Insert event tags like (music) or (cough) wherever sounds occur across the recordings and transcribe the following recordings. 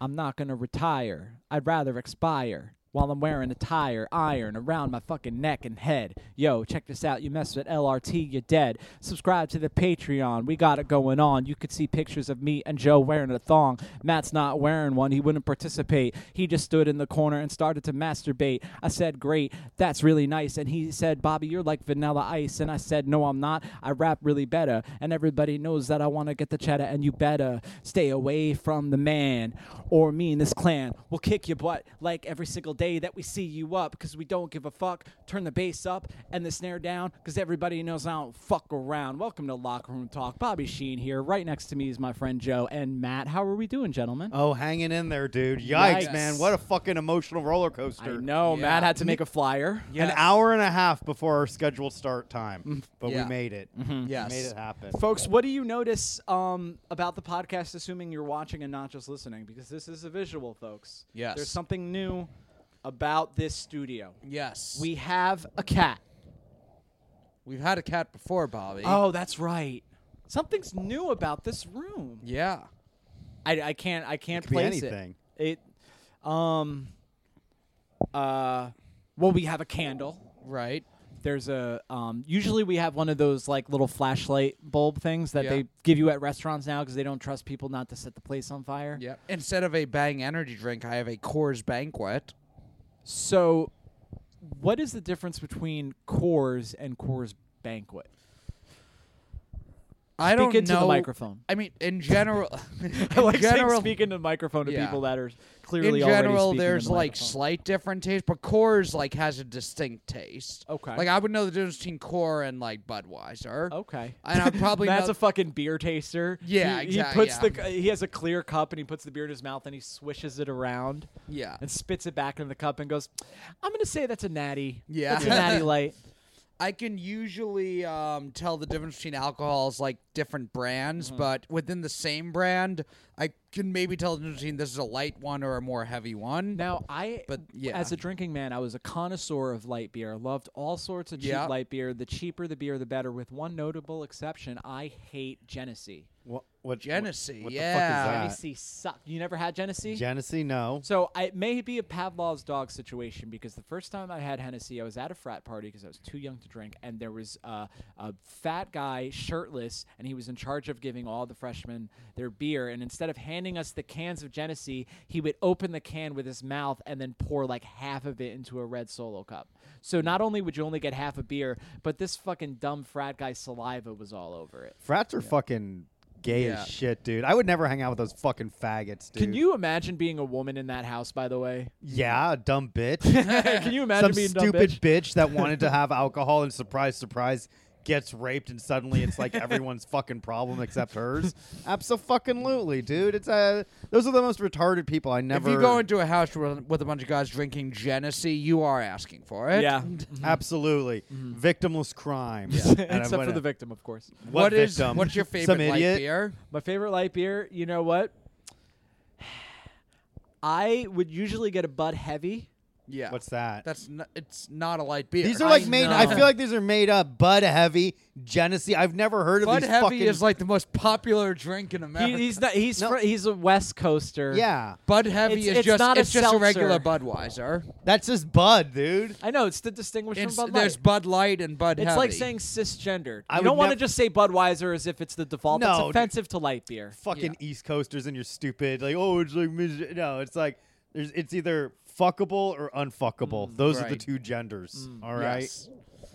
I'm not gonna retire. I'd rather expire while I'm wearing a tire iron around my fucking neck and head. Yo, check this out. You mess with LRT, you're dead. Subscribe to the Patreon. We got it going on. You could see pictures of me and Joe wearing a thong. Matt's not wearing one. He wouldn't participate. He just stood in the corner and started to masturbate. I said, "Great. That's really nice." And he said, "Bobby, you're like vanilla ice." And I said, "No, I'm not. I rap really better." And everybody knows that I want to get the cheddar and you better stay away from the man or me and this clan will kick your butt like every single day day that we see you up because we don't give a fuck. Turn the bass up and the snare down because everybody knows I don't fuck around. Welcome to Locker Room Talk. Bobby Sheen here. Right next to me is my friend Joe and Matt. How are we doing, gentlemen? Oh, hanging in there, dude. Yikes, Yikes. man. What a fucking emotional roller I coaster. know Yeah. Matt had to make a flyer. An hour and a half before our scheduled start Mm-hmm. time, but Yeah. we made it. Yes. We made it happen. Folks, what do you notice um, about the podcast, assuming you're watching and not just listening? Because this is a visual, folks. Yes. There's something new about this studio. Yes. We have a cat. we've had a cat before, Bobby. Oh, that's right. Something's new about this room. Yeah. I, I can't I can't could be place anything. it. It um uh well we have a candle. Right. There's a um usually we have one of those like little flashlight bulb things that Yeah. they give you at restaurants now because they don't trust people not to set the place on fire. Yeah. Instead of a Bang energy drink, I have a Coors Banquet. So what is the difference between Coors and Coors Banquet? I don't Speak into know. the microphone. I mean, in general, (laughs) I (laughs) in like saying general, speaking to the microphone to Yeah. people that are in clearly already general, speaking to there's the like microphone. slight different taste, but Coors like has a distinct taste. Okay. Oh. Like I would know the difference between Coors and like Budweiser. Okay. And I (laughs) probably Matt's know- a fucking beer taster. Yeah, he, exact- He puts yeah. the cu- he has a clear cup and he puts the beer in his mouth and he swishes it around Yeah. and spits it back in the cup and goes, "I'm gonna say that's a natty. Yeah. that's a natty (laughs) light. I can usually um, tell the difference between alcohols, like different brands, Mm-hmm. but within the same brand, I can maybe tell the difference between this is a light one or a more heavy one. Now I, But, yeah. as a drinking man, I was a connoisseur of light beer. Loved all sorts of cheap Yeah. light beer. The cheaper the beer, the better. With one notable exception, I hate Genesee. What, what, Genesee, What, what yeah. the fuck is that? Genesee suck. You never had Genesee? Genesee, no. So I, it may be a Pavlov's dog situation because the first time I had Hennessy, I was at a frat party because I was too young to drink, and there was uh, a fat guy shirtless, and he was in charge of giving all the freshmen their beer. And instead of handing us the cans of Genesee, he would open the can with his mouth and then pour like half of it into a red solo cup. So Hmm. not only would you only get half a beer, but this fucking dumb frat guy's saliva was all over it. Frats are fucking gay Yeah. as shit, dude. I would never hang out with those fucking faggots, dude. Can you imagine being a woman in that house? By the way, (laughs) Yeah, a dumb bitch. can you imagine Some being a dumb stupid bitch? (laughs) that wanted to have alcohol and surprise, surprise, gets raped and suddenly it's like everyone's fucking problem except hers. (laughs) Absolutely, dude. It's uh, those are the most retarded people. I never. If you go into a house with, with a bunch of guys drinking Genesee, you are asking for it. (laughs) Yeah. Mm-hmm. Absolutely, Mm-hmm. victimless (laughs) crime. And I Except for went- the victim, of course. What what is victim? (laughs) what's your favorite Some light idiot? beer? My favorite light beer, you know what? I would usually get a Bud Heavy. Yeah. What's that? That's n- it's not a light beer. these are like I made. know. I feel like these are made up. Bud Heavy, Genesee. I've never heard of Bud these Heavy fucking. is like the most popular drink in He, America. he's not. He's No. fr- he's a West Coaster. yeah, Bud Heavy It's- is it's just not a it's just a regular seltzer. Budweiser. that's just Bud, dude. I know. It's to distinguish It's- from Bud Light. there's Bud Light and Bud it's Heavy. like saying cisgendered. I you would don't want to nev- just say Budweiser as if it's the default. That's No, dude. offensive to light beer. Fucking East Coasters and you're stupid. Like oh, it's like mis- no, it's like there's it's either fuckable or unfuckable. Those are the Mm, right. Mm, two genders. All right, Yes.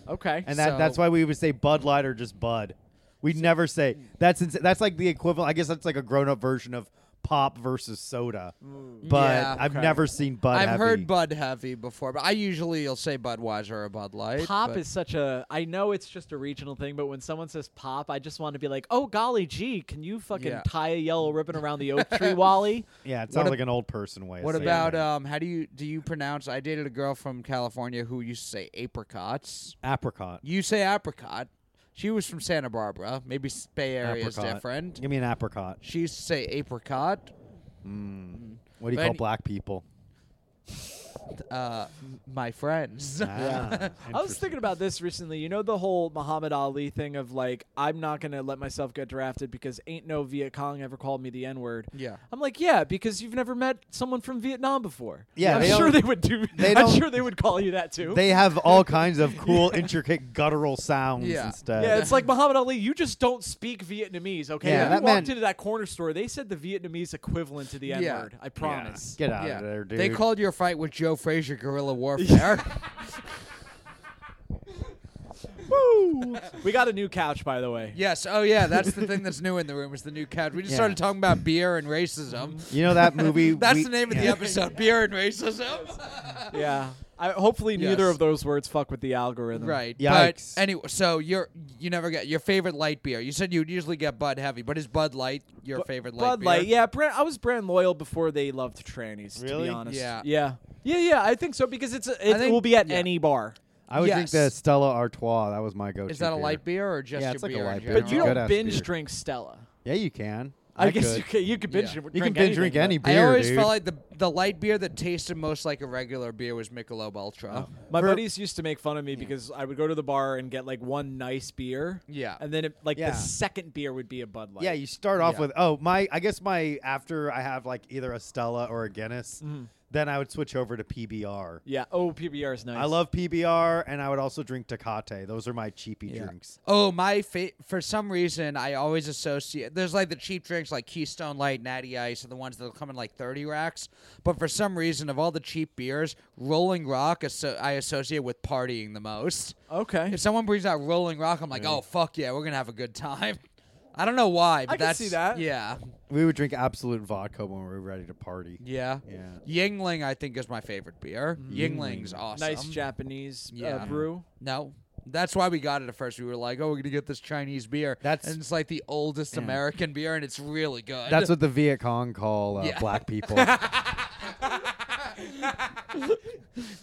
Okay. and that, that's So- why we would say Bud Light or just Bud. We'd never say mm. that's ins- that's like the equivalent. I guess that's like a grown up version of pop versus soda. But Mm, Yeah, I've okay. never seen Bud. I've Heavy. heard Bud Heavy before, but I usually will say Budweiser or Bud Light. pop but- is such a. I know it's just a regional thing, but when someone says pop, I just want to be like, oh golly gee, can you fucking Yeah. tie a yellow ribbon around the oak tree, Wally? Yeah, it What sounds ab- like an old person way. of What saying about it. um? How do you do you pronounce? I dated a girl from California who used to say apricots. apricot? You say apricot. She was from Santa Barbara. Maybe s- Bay Area is Apricot. different. Give me an apricot. She used to say apricot. What do you But call any- (laughs) black people? uh, my friends. Ah. I was thinking about this recently. You know the whole Muhammad Ali thing of like, I'm not gonna let myself get drafted because ain't no Viet Cong ever called me the N word. (laughs) Yeah. I'm like, yeah, because you've never met someone from Vietnam before. Yeah, I'm they sure don't- they would do. they I'm don't- sure they would call you that too. They have (laughs) all kinds of cool, intricate guttural sounds Yeah. instead. yeah, it's like Muhammad Ali. You just don't speak Vietnamese, okay? Yeah, If that you walked man- into that corner store, they said the Vietnamese equivalent to the N Yeah. word. I Yeah, promise. Get out Yeah. of there, dude. They called your fight with Joe Frazier (laughs) guerrilla warfare. (laughs) (laughs) Woo! we got a new couch, by the way. yes. Oh yeah, that's the thing that's new in the room is the new couch. We just Yeah. started talking about beer and racism. You know that movie? That's we- the name of the yeah. (laughs) episode: beer and racism. Yeah. I, hopefully, neither Yes. of those words fuck with the algorithm. right. Yikes. But anyway, so you're you never get your favorite light beer. You said you'd usually get Bud Heavy, but is Bud Light your favorite light Bud beer? Light, yeah. Brand, I was brand loyal before they loved trannies. To Really? be honest, Yeah. yeah, yeah, yeah. I think so because it's a- it, think- will be at yeah. any bar. I would think Yes. the Stella Artois. That was my go-to. Is that a light beer or just Yeah, your it's like a beer? in light beer. But you general? Good don't ass binge beer. drink Stella. Yeah, you can. I, guess could. you can. You could binge. Yeah. drink You can binge drink any anything, beer. I always dude. felt like the the light beer that tasted most like a regular beer was Michelob Ultra. but- My For- buddies used to make fun of me because I would go to the bar and get like one nice beer. Yeah. And then it, like Yeah. the second beer would be a Bud Light. Yeah, you start off Yeah. with oh my. I guess my after I have like either a Stella or a Guinness, Mm-hmm. then I would switch over to PBR. yeah. Oh, PBR is nice. I love PBR, and I would also drink Tecate. Those are my cheapy Yeah. drinks. Oh, my fa- for some reason I always associate there's like the cheap drinks like Keystone Light, Natty Ice, and the ones that'll come in like 30 racks. But for some reason of all the cheap beers, Rolling Rock asso- I associate with partying the most. Okay. If someone brings out Rolling Rock, I'm like, "Oh fuck yeah, we're going to have a good time." I don't know why, but I can that's see that. yeah. We would drink absolute vodka when we were ready to party. Yeah. Yeah. Yingling I think is my favorite beer. Yingling's awesome. Mm. nice Japanese uh, Yeah. brew. No. That's why we got it at first. We were like, "Oh, we're gonna get this Chinese beer." That's- and it's like the oldest American beer, and it's really good. That's what the Viet Cong call uh, Yeah. black people.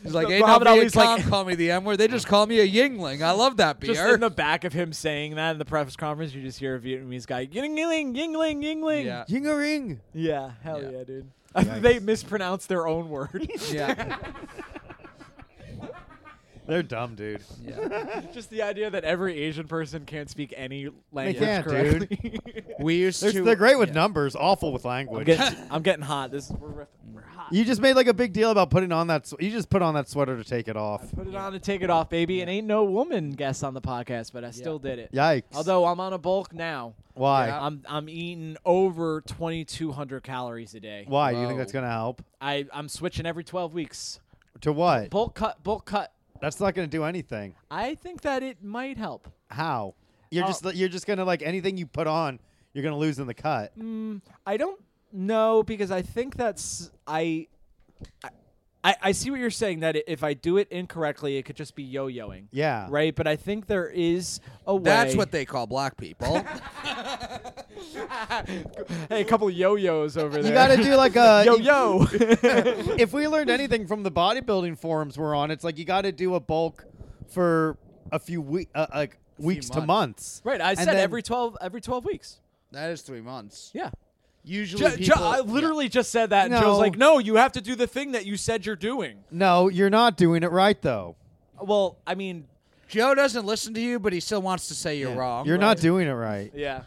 He's like, The "Ain't no Muhammad Viet Ali's like- Cong call me the M word. They just call me a Yingling. I love that beer." Just in the back of him saying that in the press conference, you just hear a Vietnamese guy yingling, yingling, yingling. yeah, Ying-a-ring. Yeah, hell yeah, Yeah. dude. (laughs) Yikes. they mispronounce their own word. (laughs) (laughs) yeah, They're dumb, dude. yeah. (laughs) Just the idea that every Asian person can't speak any language can't, dude. (laughs) correctly. We used They're, to. they're great with yeah. numbers, awful with I'm, language. getting, I'm getting hot. This is, we're, riff- we're hot. Mm. You just made like a big deal about putting on that. sw- You just put on that sweater to take it off. Put it on and take it off, baby. And ain't no woman guest on the podcast, but I still did it. Yikes! Although I'm on a bulk now. why? Yeah. I'm I'm eating over 2,200 calories a day. Why? You think Whoa. that's gonna help? I I'm switching every 12 weeks. To what? Bulk cut, bulk cut. That's not gonna do anything. I think that it might help. How? You're Oh. just you're just gonna like anything you put on, you're gonna lose in the cut. I don't know because I think that's I. I- I, I see what you're saying that i- if I do it incorrectly, it could just be yo-yoing. Yeah. Right. But I think there is a way. That's what they call (laughs) black people. (laughs) hey, a couple yo-yos over there. You gotta do like a (laughs) yo yo. (laughs) (laughs) If we learned anything from the bodybuilding forums we're on, it's like you gotta do a bulk for a few week, uh, like weeks to months. right. I And said then- every twelve every twelve weeks. that is three months. Yeah. Usually, Jo- Jo- people, I literally just said that, and No. Joe's like, "No, you have to do the thing that you said you're doing." No, you're not doing it right though. Well, I mean, Joe doesn't listen to you, but he still wants to say you're wrong. You're not doing it right. yeah.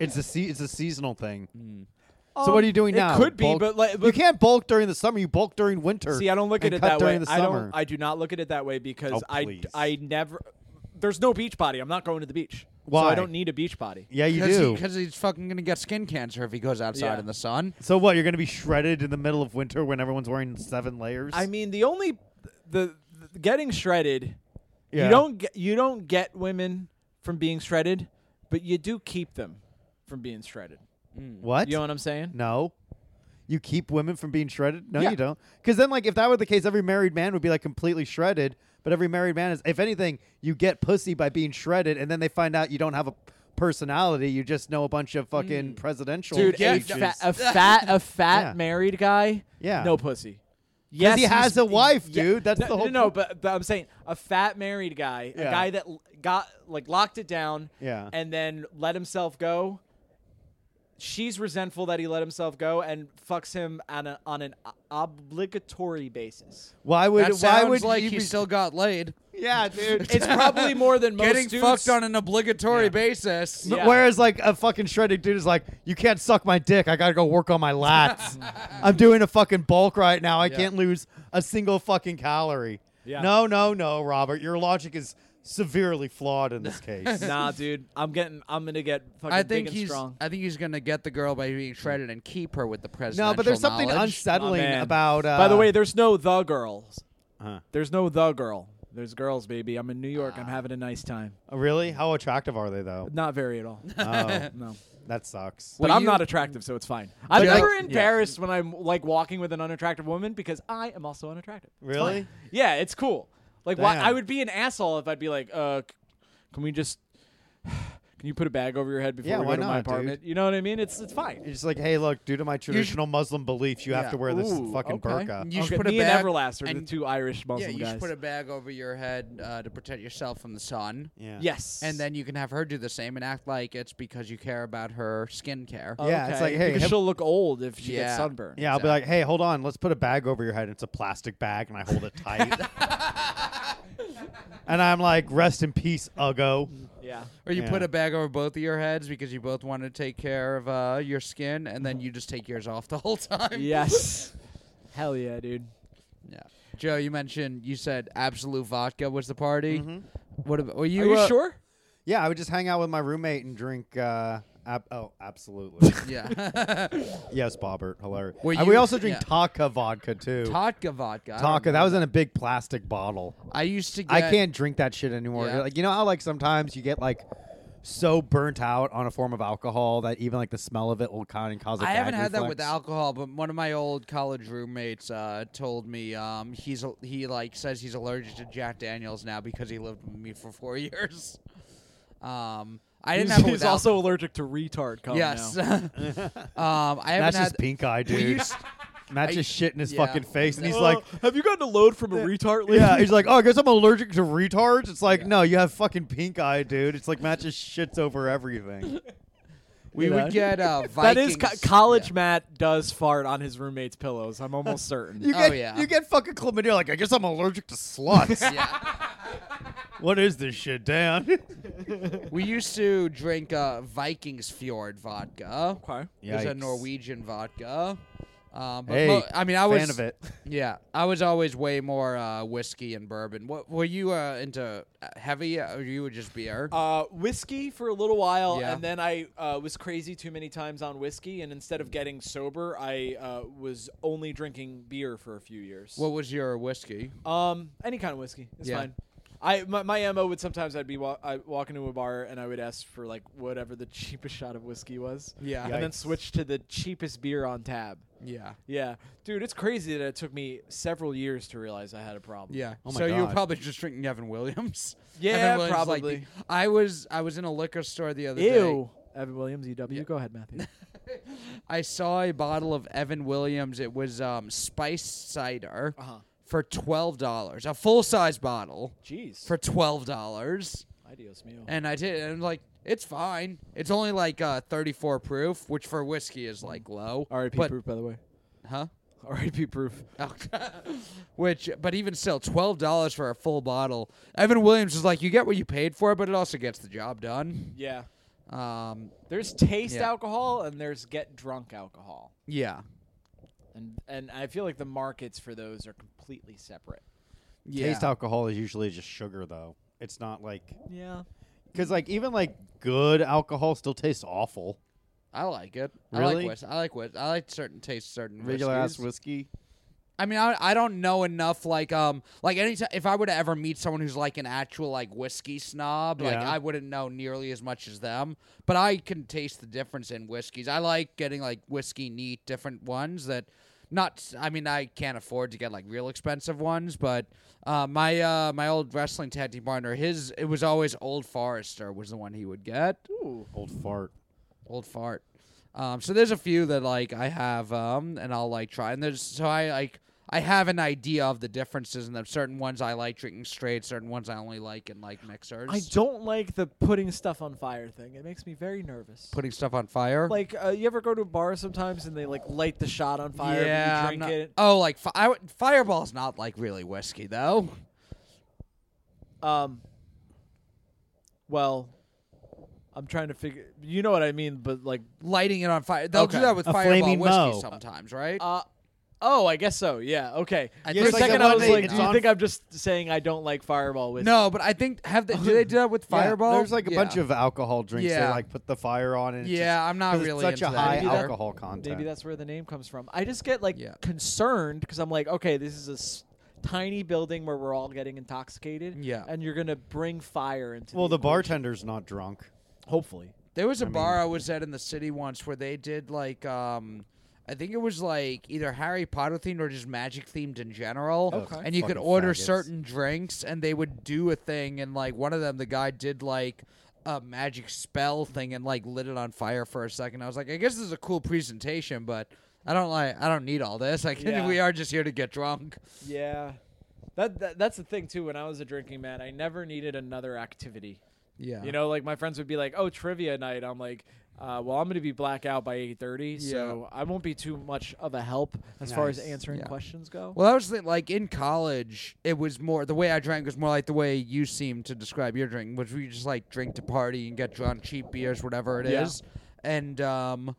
It's a se- it's a seasonal thing. (laughs) So what are you doing Mm. it now? could be, Bulk- but like, you but can't bulk during the summer. You bulk during winter. See, I don't look at and it cut that during way. The I summer. don't. I do not look at it that way because Oh, I please. I never. There's no beach body. I'm not going to the beach. So I Why? don't need a beach body. yeah, you do. Because he's fucking gonna get skin cancer if he goes outside Yeah. in the sun. so what? You're gonna be shredded in the middle of winter when everyone's wearing seven layers. I mean, the only the, the getting shredded. You Yeah. don't get you don't get women from being shredded, but you do keep them from being shredded. what? You know what I'm saying? No. You keep women from being shredded? No, Yeah. you don't. Because then, like, if that were the case, every married man would be like completely shredded. But every married man is, if anything, you get pussy by being shredded, and then they find out you don't have a personality. You just know a bunch of fucking presidential Dude, a, ages. fa- (laughs) uh, a fat a fat Yeah. married guy. Yeah. No pussy. Yes, he has he's- a wife, yeah. dude. That's no, the whole No, no point. but, but I'm saying a fat married guy, a Yeah. guy that l- got like locked it down, Yeah. and then let himself go. she's resentful that he let himself go and fucks him on, a, on an obligatory basis. Why would that why sounds would like you he be still got laid. (laughs) Yeah, dude. It's probably more (laughs) than most Getting dudes. fucked on an obligatory Yeah. basis. Yeah. Whereas like a fucking shredded dude is like, you can't suck my dick. I gotta go work on my (laughs) lats. I'm doing a fucking bulk right now. I can't lose a single fucking calorie. Yeah. No, no, no, Robert. Your logic is severely flawed (laughs) in this case. Nah, dude. I'm getting. I'm gonna get fucking I think big he's. and strong. I think he's gonna get the girl by being shredded and keep her with the president. no, but there's something unsettling man. about. Uh, By the way, there's no the girls. Huh. There's no the girl. There's girls, baby. I'm in New York. I'm having a nice time. really, how attractive are (laughs) they though? Not very at (laughs) all. Oh, No. that sucks. But Will I'm you- not attractive, so it's fine. I'm But, never like- embarrassed when I'm like walking with an unattractive woman because I am also unattractive. It's Really? fine. Yeah, it's cool. Like, why, Damn. I would be an asshole if I'd be like, uh, c- can we just, (sighs) can you put a bag over your head before Yeah, we go why to my not, dude? apartment? You know what I mean? It's it's fine. You're just like, hey, look, due to my traditional Muslim beliefs, you have Yeah. to wear this Ooh, fucking okay. burqa. You should okay, put a me bag and Everlast are the and- two Irish Yeah, Muslim you should guys. put a bag over your head uh, to protect yourself from the sun. Yeah. yes, And then you can have her do the same and act like it's because you care about her skincare. Oh, Yeah, it's okay. like, hey, because have- she'll look old if she Yeah. gets sunburned. Yeah, I'll be like, hey, hold on, let's put a bag over your head. It's a plastic bag, and I hold it tight. (laughs) and I'm like, rest in peace, Uggo. Mm-hmm. yeah. Or you put Yeah. a bag over both of your heads because you both want to take care of uh, your skin, and then you just take yours off the whole (laughs) time. Yes. Hell yeah, dude. (laughs) Yeah. Joe, you mentioned you said absolute vodka was the party. What about? Were you, Mm-hmm. Are you uh, sure? Mm-hmm. Yeah, I would just hang out with my roommate and drink. Uh, ab- oh, (laughs) absolutely. Yeah. yes, Bobbert, hilarious. Were and we you- also drink yeah. Taka vodka too. Vodka, vodka. I Taka, don't that know. was in a big plastic bottle. I used to. Get, I can't drink that shit anymore. Yeah. Like you know how like sometimes you get like so burnt out on a form of alcohol that even like the smell of it will kind of cause. I I haven't had that with alcohol, but one of my old college roommates uh, told me um, he's al- he like says he's allergic to Jack Daniels now because he lived with me for four (laughs) years. Um, I didn't He's, have it he's with also allergic to retard. cum yes. now. (laughs) um, I haven't That's had. just pink eye, dude. (laughs) Matt's just shit in his yeah. fucking face, and (laughs) he's like, Uh, "Have you gotten a load from a retard?" lately? "Yeah." He's like, "Oh, I guess I'm allergic to retards." It's like, "No, you have fucking pink eye, dude." It's like Matt just shits over (laughs) everything. we you know? would get uh, (laughs) That Vikings. is co- college. Matt does fart on his roommate's pillows. I'm almost (laughs) certain. You Oh, get, yeah. you get fucking chlamydia. Like, I guess I'm allergic to sluts. (laughs) Yeah. what is this shit, Dan? We used to drink uh, Vikings Fjord vodka. (laughs) okay. It was a Yikes. Norwegian vodka. Um, but Hey, mo- I mean, (laughs) I was fan of it. Yeah, I was always way more uh, whiskey and bourbon. What were you uh, into uh, heavy, uh, or you were just beer? Uh, whiskey for a little while, Yeah. and then I uh, was crazy too many times on whiskey, and instead of getting sober, I uh, was only drinking beer for a few years. what was your whiskey? Um, any kind of whiskey is Yeah. fine. I my, my mo would sometimes I'd be wa- I walk into a bar and I would ask for like whatever the (laughs) cheapest shot of whiskey was. Yeah. and then Yikes. switch to the cheapest beer on tab. Yeah, Yeah, dude, it's crazy that it took me several years to realize I had a problem. yeah. Oh my so you were God. probably just drinking Evan Williams. (laughs) Yeah, Evan Williams is like probably. the- I was I was in a liquor store the other day. Ew. Evan Williams, EW. Go ahead, (laughs) Matthew. I saw a bottle of Evan Williams. It was um, spiced cider Uh-huh. for twelve dollars, a full size bottle Jeez. for twelve dollars. Ideas And I did, and I'm like, it's fine. It's only like uh, 34 proof, which for whiskey is like low. R.I.P. but- proof, by the way. (laughs) Huh? R.I.P. proof. Oh, which, but even still, twelve dollars for a full bottle. Evan Williams is like, you get what you paid for, but it also gets the job done. Yeah. Um, There's taste Yeah. alcohol and there's get drunk alcohol. yeah, And and I feel like the markets for those are completely separate. yeah. Taste alcohol is usually just sugar, though. It's not like Yeah. because like even like good alcohol still tastes awful. I like it. I like Really? whis- I like whis- I like certain tastes, certain Regular ass whiskeys. whiskey. I mean, I, I don't know enough. Like, um, like anytime if I were to ever meet someone who's like an actual like whiskey snob, like Yeah. I wouldn't know nearly as much as them. But I can taste the difference in whiskeys. I like getting like whiskey neat, different ones that. Not, I mean, I can't afford to get like real expensive ones, but uh, my uh, my old wrestling tag team partner, his it was always Old Forester was the one he would get. Ooh. Old fart. Old fart. Um, so there's a few that like I have, um, and I'll like try. And there's so I like I have an idea of the differences and them. Certain ones I like drinking straight, certain ones I only like in like mixers. I don't like the putting stuff on fire thing. It makes me very nervous. putting stuff on fire. like uh, you ever go to a bar sometimes and they like light the shot on fire yeah, I'm and you drink not- it. oh, like fi- I would- fireball's not like really whiskey though. Um well I'm trying to figure you know what I mean, but like Lighting it on fire, they'll do Okay. that with A fireball flaming whiskey Moe. sometimes, right? uh oh, I guess so. Yeah, okay. I For a think it's like second the I one was they- like, it's do you on- think I'm just saying I don't like fireball whiskey? no, but I think have (laughs) they do they do that with fireball? Yeah, there's like a bunch Yeah. of alcohol drinks Yeah. they like put the fire on and it's just- Yeah, I'm not 'cause it's really such into a that high either. alcohol content. Maybe that's where the name comes from. I just get like Yeah. concerned because I'm like, okay, this is a s- tiny building where we're all getting intoxicated. Yeah. and you're gonna bring fire into. well, the equation. bartender's not drunk. Hopefully, There was a bar I was at in the city once where they did like um I think it was like either Harry Potter themed or just magic themed in general. Okay. And you could Fucking order faggots. certain drinks and they would do a thing and like one of them the guy did like a magic spell thing and like lit it on fire for a second. I was like, I guess this is a cool presentation, but I don't like I don't need all this. (laughs) Like Yeah. we are just here to get drunk. yeah. That, that that's the thing too. When I was a drinking man, I never needed another activity. Yeah. You know, like my friends would be like, "Oh, trivia night." I'm like, uh, "Well, I'm gonna be blackout by 8:30, so I won't be too much of a help as far as Nice. answering Yeah. questions go." Well, that was the thing. Like in college, it was more the way I drank was more like the way you seem to describe your drinking, which we just like drink to party and get drunk, cheap beers, whatever it is. Yeah. And um,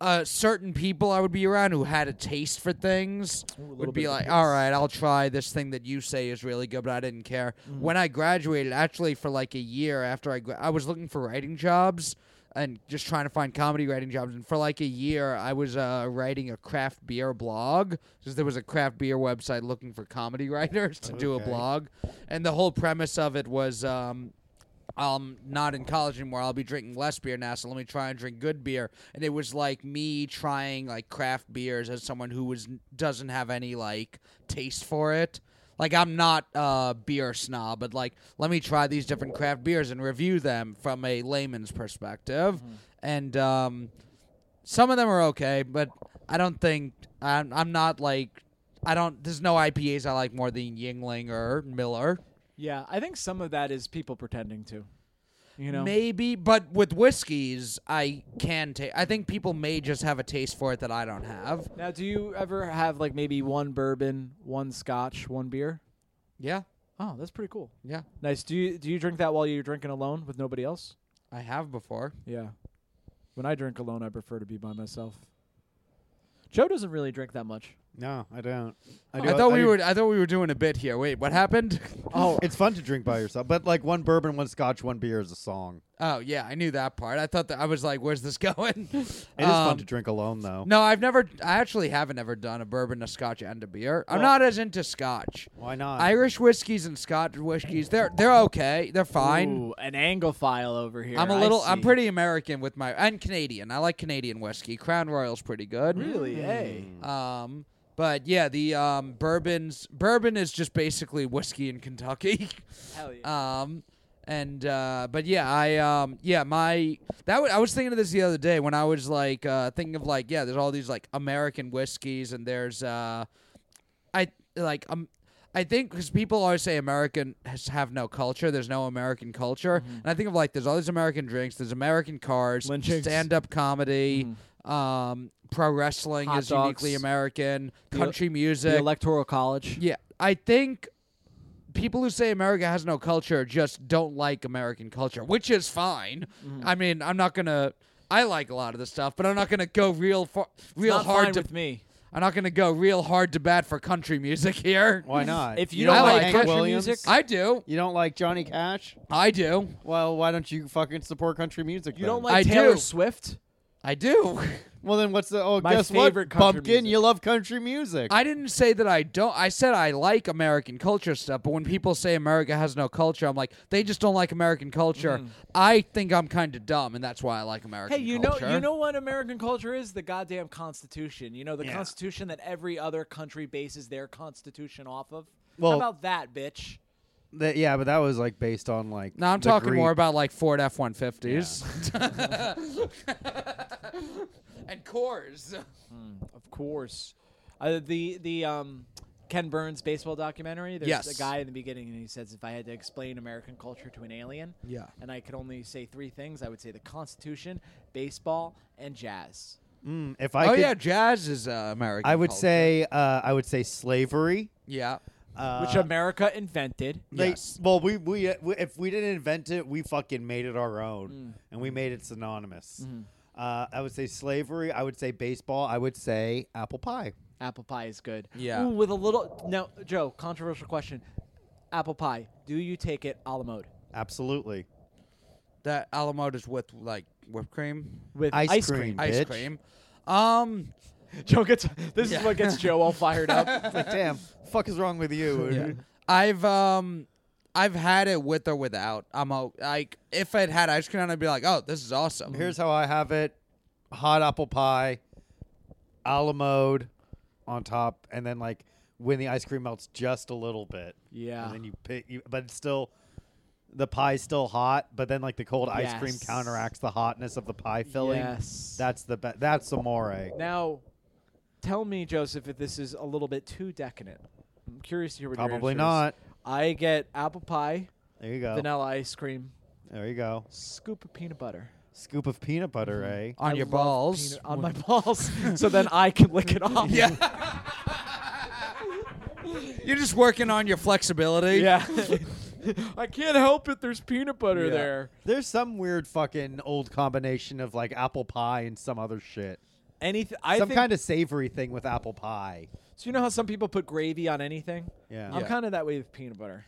uh, certain people I would be around who had a taste for things little would be bit of a like, taste. "All right, I'll try this thing that you say is really good," but I didn't care. When I graduated, actually, for like a year after I gra- I was looking for writing jobs. And just trying to find comedy writing jobs. And for like a year, I was uh, writing a craft beer blog because there was a craft beer website looking for comedy (laughs) writers to do a Okay. blog. And the whole premise of it was um, I'm not in college anymore. I'll be drinking less beer now, so let me try and drink good beer. And it was like me trying like craft beers as someone who was doesn't have any like taste for it. Like I'm not a beer snob, but like let me try these different craft beers and review them from a layman's perspective. And um, some of them are okay, but I don't think I'm, I'm not like I don't. There's no IPAs I like more than Yingling or Miller. yeah, I think some of that is people pretending to. You know, Maybe, but with whiskeys, I can take. I think people may just have a taste for it that I don't have. Now, do you ever have like maybe one bourbon, one scotch, one beer? Yeah, Oh, that's pretty cool. yeah, Nice. Do you do you drink that while you're drinking alone with nobody else? I have before. Yeah. When I drink alone, I prefer to be by myself. Joe doesn't really drink that much. No, I don't. I, I, do, thought we do- were. I thought we were doing a bit here. Wait, what happened? (laughs) Oh, It's fun to drink by yourself, but like one bourbon, one scotch, one beer is a song. oh yeah, I knew that part. I thought that I was like, "Where's this (laughs) going?" It is It is fun to drink alone though. Um, No, I've never. I actually haven't ever done a bourbon, a scotch, and a beer. I'm Well- not as into scotch. Why not? Irish whiskeys and Scotch whiskeys, they're they're okay. They're fine. Ooh, an anglophile over here. I'm a I little. I'm see. pretty American with my and Canadian. I like Canadian whiskey. Crown Royal's pretty good. really. Hey, Um, but yeah, the um bourbons. Bourbon is just basically whiskey in Kentucky. (laughs) hell yeah. um, and uh, but yeah, I um yeah my that w- I was thinking of this the other day when I was like uh thinking of like yeah, there's all these like American whiskeys and there's uh, I like um. I think because people always say American has have no culture. There's no American culture, Mm-hmm. and I think of like there's all these American drinks, there's American cars, Lynchings. stand-up comedy, um, pro wrestling Mm-hmm. Hot is uniquely dogs. American, The- country the music. electoral college. yeah, I think people who say America has no culture just don't like American culture, which is fine. Mm-hmm. I mean, I'm not gonna. I like a lot of the stuff, but I'm not gonna go real far, real Not hard fine to. with me. I'm not gonna go real hard to bat for country music (laughs) here. Why not? If you don't don't like Hank country Williams, music- I do. you don't like Johnny Cash. I do. Well, why don't you fucking support country music? You then? don't like I Taylor do. Swift? I do. (laughs) Well, then what's the? Oh, My guess what? favorite country Pumpkin, music. you love country music. I didn't say that I don't. I said I like American culture stuff, but when people say America has no culture, I'm like, they just don't like American culture. I think I'm kind of dumb, and that's why I like American Mm. Hey, you culture. know you know what American culture is? The goddamn Constitution. You know the Yeah. Constitution that every other country bases their Constitution off of. Well- How about that, bitch? That- yeah, but that was like based on like. No, I'm the talking Greek- more about like Ford F 150s (laughs) and cores. Of course. Uh, the the um Ken Burns baseball documentary. There's Yes. a guy in the beginning, and he says, "If I had to explain American culture to an alien, Yeah. and I could only say three things, I would say the Constitution, baseball, and jazz." Mm, if I oh could, yeah, jazz is uh, American. I would culture. say uh, I would say slavery. yeah. Uh, which America invented. they, Yes. Well, we, we uh, we if we didn't invent it, we fucking made it our Mm. own, and we made it synonymous. Mm-hmm. Uh, I would say slavery. I would say baseball. I would say apple pie. Apple pie is good. Yeah. Ooh, with a little now, Joe. Controversial question: Apple pie. Do you take it a la mode Absolutely. That Alamode is with like whipped cream, with Ice cream. ice Bitch. cream. Um, (laughs) Joe gets. This Yeah. is what gets Joe all fired up. (laughs) It's like, damn, fuck is wrong with you? I've um, I've had it with or without. I'm a, like, if it had ice cream, on it, I'd be like, oh, this is Mm-hmm. awesome. Here's how I have it: hot apple pie, a la mode on top, and then like when the ice cream melts just a little bit. Yeah. And then you pick, you, but it's still the pie's still hot, but then like the cold ice cream Yes. counteracts the hotness of the pie filling. Yes. That's the best. That's amore. now, tell me, Joseph, if this is a little bit too decadent. I'm curious to hear what your Probably answer is. not. I get apple pie, There you go. vanilla ice cream, There you go. scoop of peanut butter. Scoop of peanut butter, eh? on I your love balls. peanut- on my balls, (laughs) so then I can lick it off. (laughs) Yeah. (laughs) You're just working on your (laughs) flexibility. Yeah. (laughs) I can't help it. There's peanut butter Yeah. there. There's some weird fucking old combination of like apple pie and some other shit. Anything. I some think. kind of savory thing with apple pie. so you know how some people put gravy on anything? Yeah. I'm Yeah. kind of that way with peanut butter.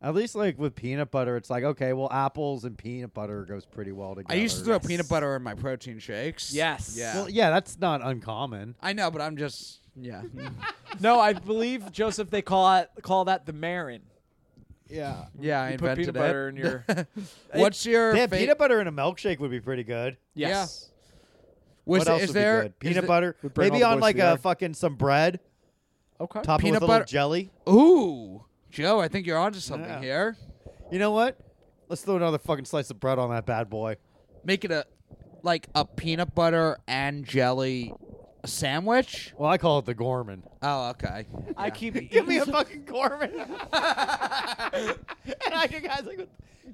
At least like with peanut butter, it's like okay, well, apples and peanut butter goes pretty well I together. used to throw peanut butter in my protein shakes. Yes. Yeah. Well, yeah, that's not uncommon. I know, but I'm just. (laughs) Yeah. no, I believe Joseph. They call it, call that the marin. Yeah. Yeah, I You put peanut invented it. butter in (laughs) your. What's your Yeah, fa- peanut butter in a milkshake would be pretty good. yes. was what else is would there be good? is Peanut the- butter, We bring all maybe the on boys like together. a fucking some bread, Okay. top Peanut with a little butter- jelly. Ooh, Joe, I think you're onto something Yeah. here. You know what? Let's throw another fucking slice of bread on that bad boy. Make it a like a peanut butter and jelly sandwich. Well, I call it the (laughs) Gorman. Oh, okay. I (laughs) keep. Give me a fucking Gorman. (laughs) and I can guys like, (laughs)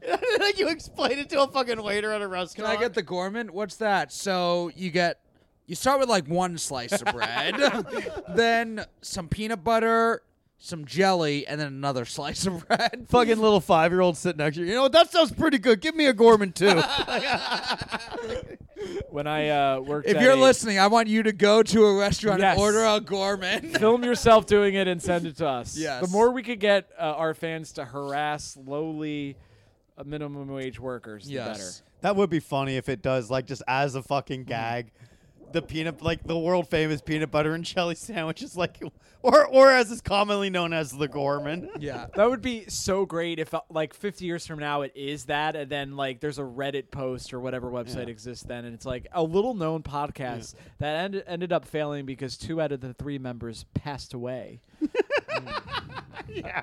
what- like you explain it to a fucking waiter at a Can restaurant. I get the gourmet? What's that? So you get you start with like one slice of bread, then some peanut butter, some jelly, and then another slice of bread. fucking little five year old sitting next to you. You know what? That sounds pretty good. Give me a Gorman too. When I uh, worked. If at you're a- listening, I want you to go to a restaurant Yes. and order a gourmet. (laughs) Film yourself doing it and send it to us. Yes. The more we could get uh, our fans to harass lowly uh, minimum wage workers, yes. (laughs) that would be funny if it does, like just as a fucking gag. The peanut, like the world famous peanut butter and jelly sandwich, is like, or or as is commonly known as the (laughs) Gorman. Yeah. the better. That would be so great if, uh, like, 50 years from now, it is that, and then, like, there's a Reddit post or whatever website exists then, and it's like a little known podcast that end- ended up failing because two out of the three members passed away. (laughs) Mm. Yeah.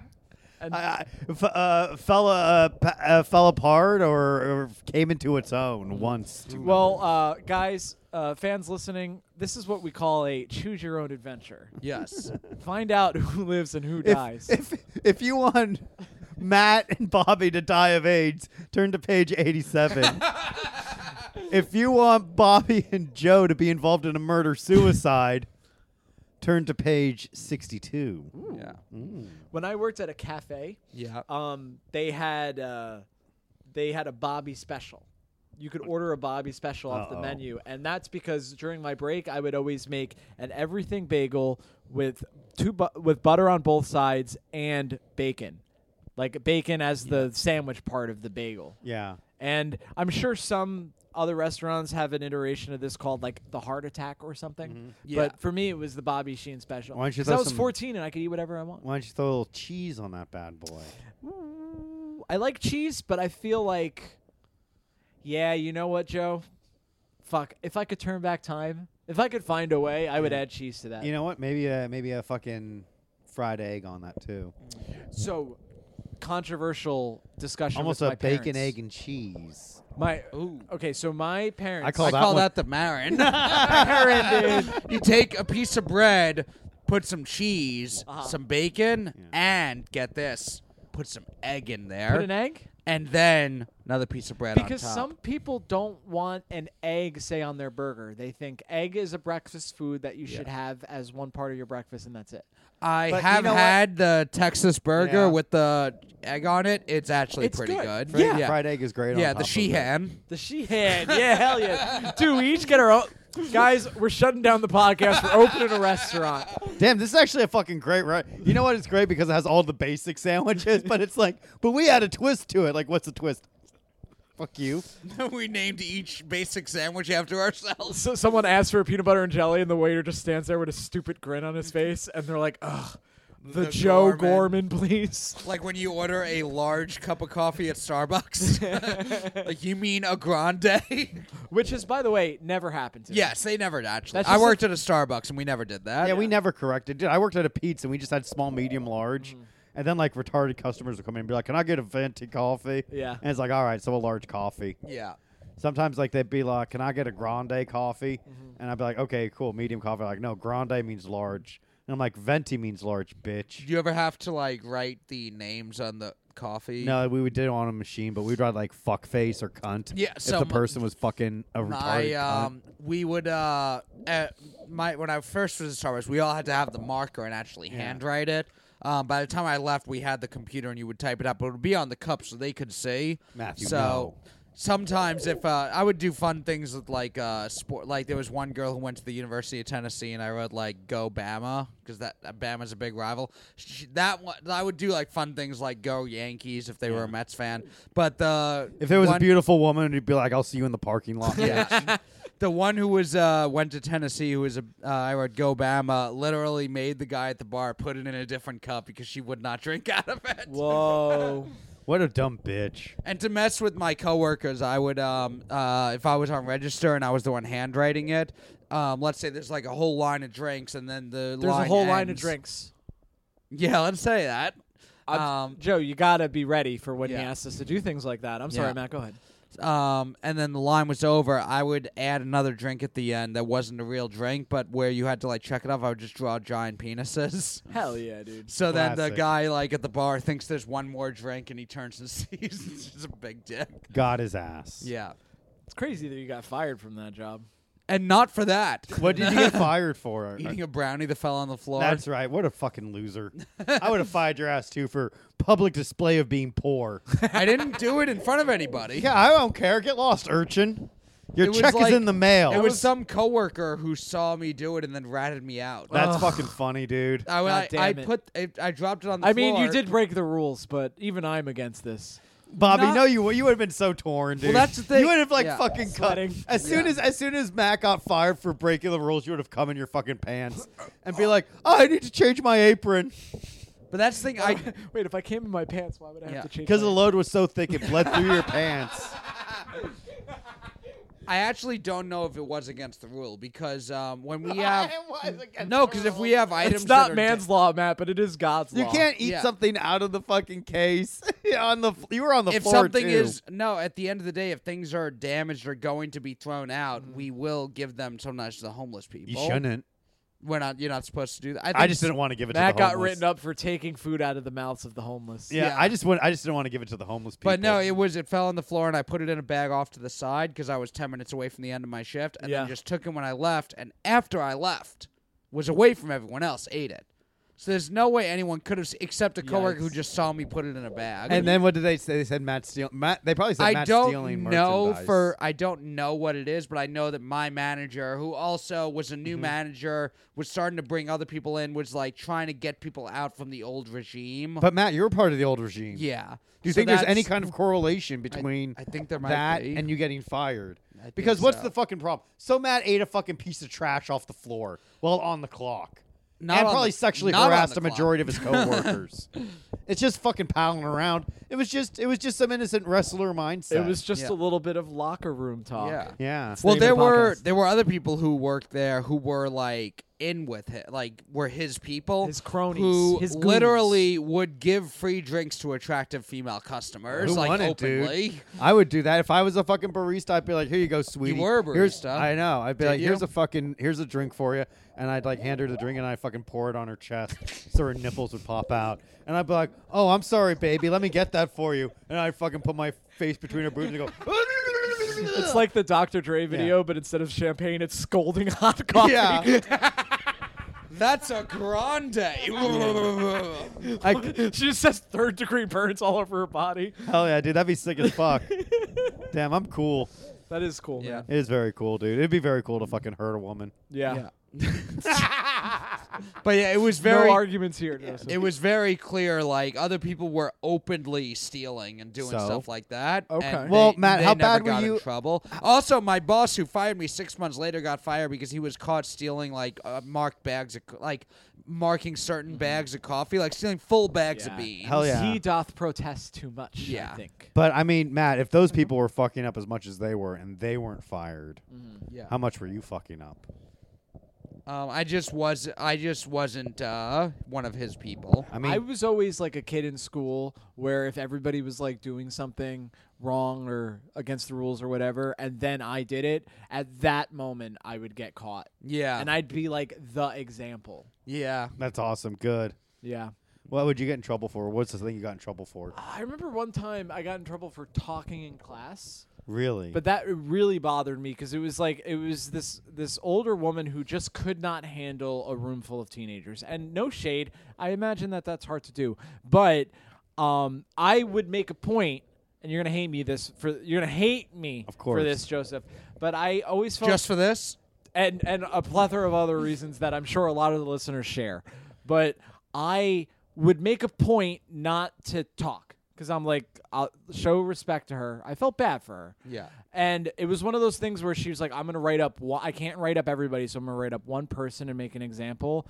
And- I- I- f- uh, fell, uh, pa- uh, fell apart or, or came into its own once. Well, uh, guys, uh, fans listening, this is what we call a choose your own adventure. Yes. Find out (laughs) who lives and who dies. if, if, if you want Matt and Bobby to die of AIDS, turn to page 87. if you want Bobby and Joe to be involved in a murder suicide, turn to page 62. Yeah. when I worked at a cafe, Yeah. um, they had uh, they had a Bobby special. You could order a Bobby special off the Uh-oh. menu, and that's because during my break, I would always make an everything bagel with two bu- with butter on both sides and bacon, like bacon as the sandwich part of the bagel. Yeah. And I'm sure some other restaurants have an iteration of this called like the heart attack or something. Yeah. But for me, it was the Bobby Sheen special. Mm-hmm. Why don't you 'Cause I throw was some- 14 and I could eat whatever I want. Why don't you throw a little cheese on that bad boy? I like cheese, but I feel like, yeah, you know what, Joe? Fuck. If I could turn back time, if I could find a way, I would add cheese to that. You know what? Maybe a, maybe a fucking fried egg on that too. so controversial discussion. Almost with a my bacon, parents. egg, and cheese. My Ooh. okay. So my parents. I call I that call one- (laughs) that the marin. you take a piece of bread, put some cheese, some bacon, and get this, put some egg in there, Put an egg? and then another piece of bread Because on top. some people don't want an egg, say, on their burger. They think egg is a breakfast food that you should have as one part of your breakfast, and that's it. I But you have know what? had the Texas Yeah. burger with the egg on it. It's actually It's pretty good. good. Fried- Yeah. yeah. Fried egg is great. Yeah, on top the of it. Sheehan. (laughs) The Sheehan. Yeah, hell yeah. Dude, we each get our own. Guys, we're shutting down the podcast. We're opening a restaurant. Damn, this is actually a fucking great right. You know what? It's great because it has all the basic sandwiches, but it's like, but we add a twist to it. Like, what's a twist? Fuck you. we named each basic sandwich after ourselves. (laughs) So someone asks for peanut butter and jelly, and the waiter just stands there with a stupid grin on his face, and they're like, ugh, the, The Joe Gorman, Gorman. please. Like when you order a large cup of coffee at Starbucks. (laughs) like you mean a grande? (laughs) Which has, by the way, never happened to me. yes, they never actually. That's I just a- worked at a Starbucks and we never did that. Yeah, we never corrected. Dude, I worked at a pizza and we just had small, medium, large. And then like retarded customers would come in and be like, "Can I get a venti coffee?" Yeah. and it's like, "All right, so a large coffee." Yeah. Sometimes like they'd be like, "Can I get a grande coffee?" And I'd be like, "Okay, cool, medium coffee." Like, no, grande means large, and I'm like, "Venti means large, bitch." Did you ever have to like write the names on the coffee? No, we would did it on a machine, but we'd write like fuckface or cunt. Yeah, so if the m- person was fucking a retarded I cunt. um, we would uh, at my when I first was at Starbucks, we all had to have the marker and actually handwrite it. Um, by the time I left, we had the computer and you would type it up, but it would be on the cup so they could see. Matthew, so no. sometimes if uh, I would do fun things with like uh, sport, like there was one girl who went to the University of Tennessee, and I wrote like "Go Bama" because that uh, Bama's a big rival. She, that one, I would do like fun things like "Go Yankees" if they were a Mets fan. But the If it was a one- beautiful woman, you'd be like, "I'll see you in the parking lot." (laughs) yeah. the one who was uh, went to Tennessee, who was a uh, I wrote Go Bama, literally made the guy at the bar put it in a different cup because she would not (laughs) drink out of it. Whoa. what a dumb bitch. And to mess with my coworkers, I would um uh if I was on register and I was the one handwriting it, um let's say there's like a whole line of drinks and then the There's a whole line of ends. drinks. Yeah, let's say that. Um, Um, Joe, you gotta be ready for when he Yeah. asks us to do things like that. I'm sorry, Yeah. Matt. Go ahead. um, and then the line was over, I would add another drink at the end that wasn't a real drink, but where you had to like check it off, I would just draw giant penises. (laughs) Hell yeah, dude. So then Classic. the guy like at the bar thinks there's one more drink and he turns and (laughs) sees it's just a big dick. Got his ass. Yeah. It's crazy that you got fired from that job. And not (laughs) for that. What did you (laughs) get fired for? Eating a brownie that fell on the floor. That's right. What a fucking loser. (laughs) I would have fired your ass too for public display of being poor. (laughs) I didn't do it in front of anybody. yeah, I don't care. Get lost, urchin. Your It was check like- is in the mail. It was some coworker who saw me do it and then ratted me out. That's fucking funny, dude. I, I, God I damn it. put I, I dropped it on the I floor. mean, you did break the rules, but even I'm against this. Bobby, not- no, you you would have been so torn, dude. that's the thing. You would have like Yeah. fucking cut. Sweating. As soon as as soon as Matt got fired for breaking the rules, you would have come in your fucking pants and be like, oh, "I need to change my apron." But that's the thing (laughs) I Wait, if I came in my pants, why would I Yeah. have to change? Because my- the load was so thick, it bled through your (laughs) pants. I actually don't know if it was against the rule because um, when (laughs) we have (laughs) It was against No, the because if we rules. have items it's not that are man's law, Matt, but it is God's you law. can't eat Yeah. something out of the fucking case (laughs) on the f- you were on the if floor something too. is no at the end of the day if things are damaged or going to be thrown out we will give them sometimes to the homeless people Mm. you shouldn't. we're not you're not supposed to do that I just didn't want to give it Matt to the got homeless. written up for taking food out of the mouths of the homeless. Yeah, Yeah. I just wouldn't I just didn't want to give it to the homeless people. but no it was it fell on the floor and i put it in a bag off to the side because i was 10 minutes away from the end of my shift and Yeah. then just took it when i left and after i left was away from everyone else ate it so there's no way anyone could have s- except a coworker who Yikes. just saw me put it in a bag and then what did they say? They said Matt steal. Matt. They probably said I Matt don't stealing know merchandise. for I don't know what it is, but I know that my manager, who also was a Mm-hmm. new manager, was starting to bring other people in, was like trying to get people out from the old regime. But Matt, you're part of the old regime. yeah, Do you So think there's any that's- kind of correlation between I think there might that be. and you getting fired? I think Because what's so. the fucking problem? So Matt ate a fucking piece of trash off the floor while on the clock, Not and on probably the- sexually not on harassed the a majority of his (laughs) coworkers. it's just fucking palling around. It was just it was just some innocent wrestler mindset. It was just Yeah. a little bit of locker room talk. Yeah. yeah. Well, Name there of the were podcast. there were other people who worked there who were like in with him, like were his people, His cronies, who his goons. literally would give free drinks to attractive female customers, Who like won it, dude? openly. (laughs) I would do that if I was a fucking barista. I'd be like, "Here you go, sweetie." were a Here's- barista. I know. I'd be Did like, "Here's you? a fucking here's a drink for you," and I'd like hand her the drink and I fucking pour it on her chest (laughs) so her nipples would pop out, and I'd be like, "Oh, I'm sorry, baby. Let me get that for you," and I'd fucking put my face between her boobs and go. (laughs) It's like the Dr. Dre video, but instead of champagne, (laughs) it's scolding hot coffee. Yeah, That's a (laughs) grande. (laughs) I, she just says third degree burns all over her body. hell yeah, dude, that'd be sick as fuck. (laughs) Damn, I'm cool. That is cool, yeah. man. It is very cool, dude. It'd be very cool to fucking hurt a woman. Yeah. But yeah, it was very no arguments here, Joseph. it was very clear like other people were openly stealing and doing So? stuff like that. and Okay. Well, they- Matt, they how never bad were got you- in trouble? Also, my boss who fired me 6 months later got fired because he was caught stealing like uh, marked bags of co- like marking certain bags of coffee, like stealing full bags Mm-hmm. Yeah. of beans. Hell yeah. He doth protest too much. Yeah. I think. But I mean, Matt, if those people were fucking up as much as they were and they weren't fired, Yeah. how much were you fucking up? Um, I just was I just wasn't uh, one of his people. I I, mean, was always like a kid in school where if everybody was like doing something wrong or against the rules or whatever, and then I did it, at that moment I would get caught. Yeah. And I'd be like the example. yeah. that's awesome. Good. Yeah. What would you get in trouble for? What's the thing you got in trouble for? I remember one time I got in trouble for talking in class. Really? But that really bothered me because it was like it was this this older woman who just could not handle a room full of teenagers. And no shade, I imagine that that's hard to do. But um, I would make a point, and you're gonna hate me this for you're gonna hate me Of for course. this, Joseph. But I always felt Just for this? and and a plethora of other reasons that I'm sure a lot of the listeners share. But I would make a point not to talk because I'm like, I'll show respect to her. I felt bad for her. Yeah. And it was one of those things where she was like, I'm going to write up, one- I can't write up everybody, so I'm going to write up one person and make an example.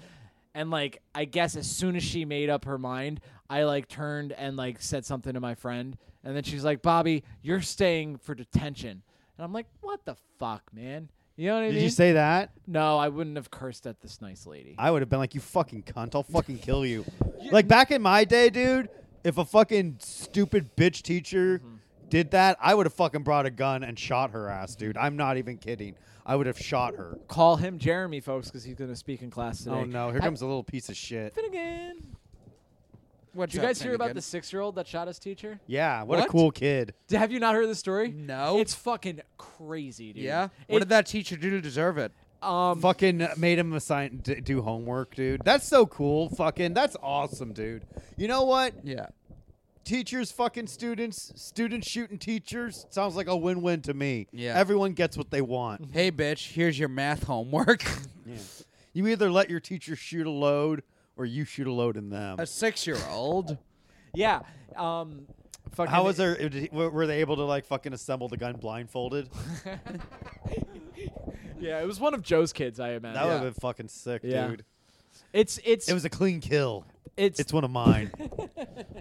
And like, I guess as soon as she made up her mind, I like turned and like said something to my friend. And then she's like, Bobby, you're staying for detention. And I'm like, what the fuck, man? You know what I Did mean? you say that? No, I wouldn't have cursed at this nice lady. I would have been like, you fucking cunt. I'll fucking (laughs) kill you. like back in my day, dude, if a fucking stupid bitch teacher Mm-hmm. did that, I would have fucking brought a gun and shot her ass, dude. I'm not even kidding. I would have shot her. Call him Jeremy, folks, because he's going to speak in class today. Oh no, here comes a little piece of shit. Finnegan. What Did you guys hear about the six-year-old that shot his teacher? (laughs) Yeah, what, What? a cool kid. D- Have you not heard the story? No. It's fucking crazy, dude. Yeah. It- What did that teacher do to deserve it? Um, Fucking made him assign d- do homework, dude. That's so cool. Fucking, that's awesome, dude. You know what? Yeah. teachers fucking students, students shooting teachers. Sounds like a win-win to me. Yeah. Everyone gets what they (laughs) want. Hey, bitch, here's your math homework. You either let your teacher shoot a load or you shoot a load in them. a six year old. yeah. Um, fucking How was there? did he- Were were they able to like fucking assemble the gun blindfolded? Yeah, it was one of Joe's kids, I imagine. That would have Yeah. been fucking sick, Yeah. dude. It's it's It was a clean kill. it's, It's one of mine.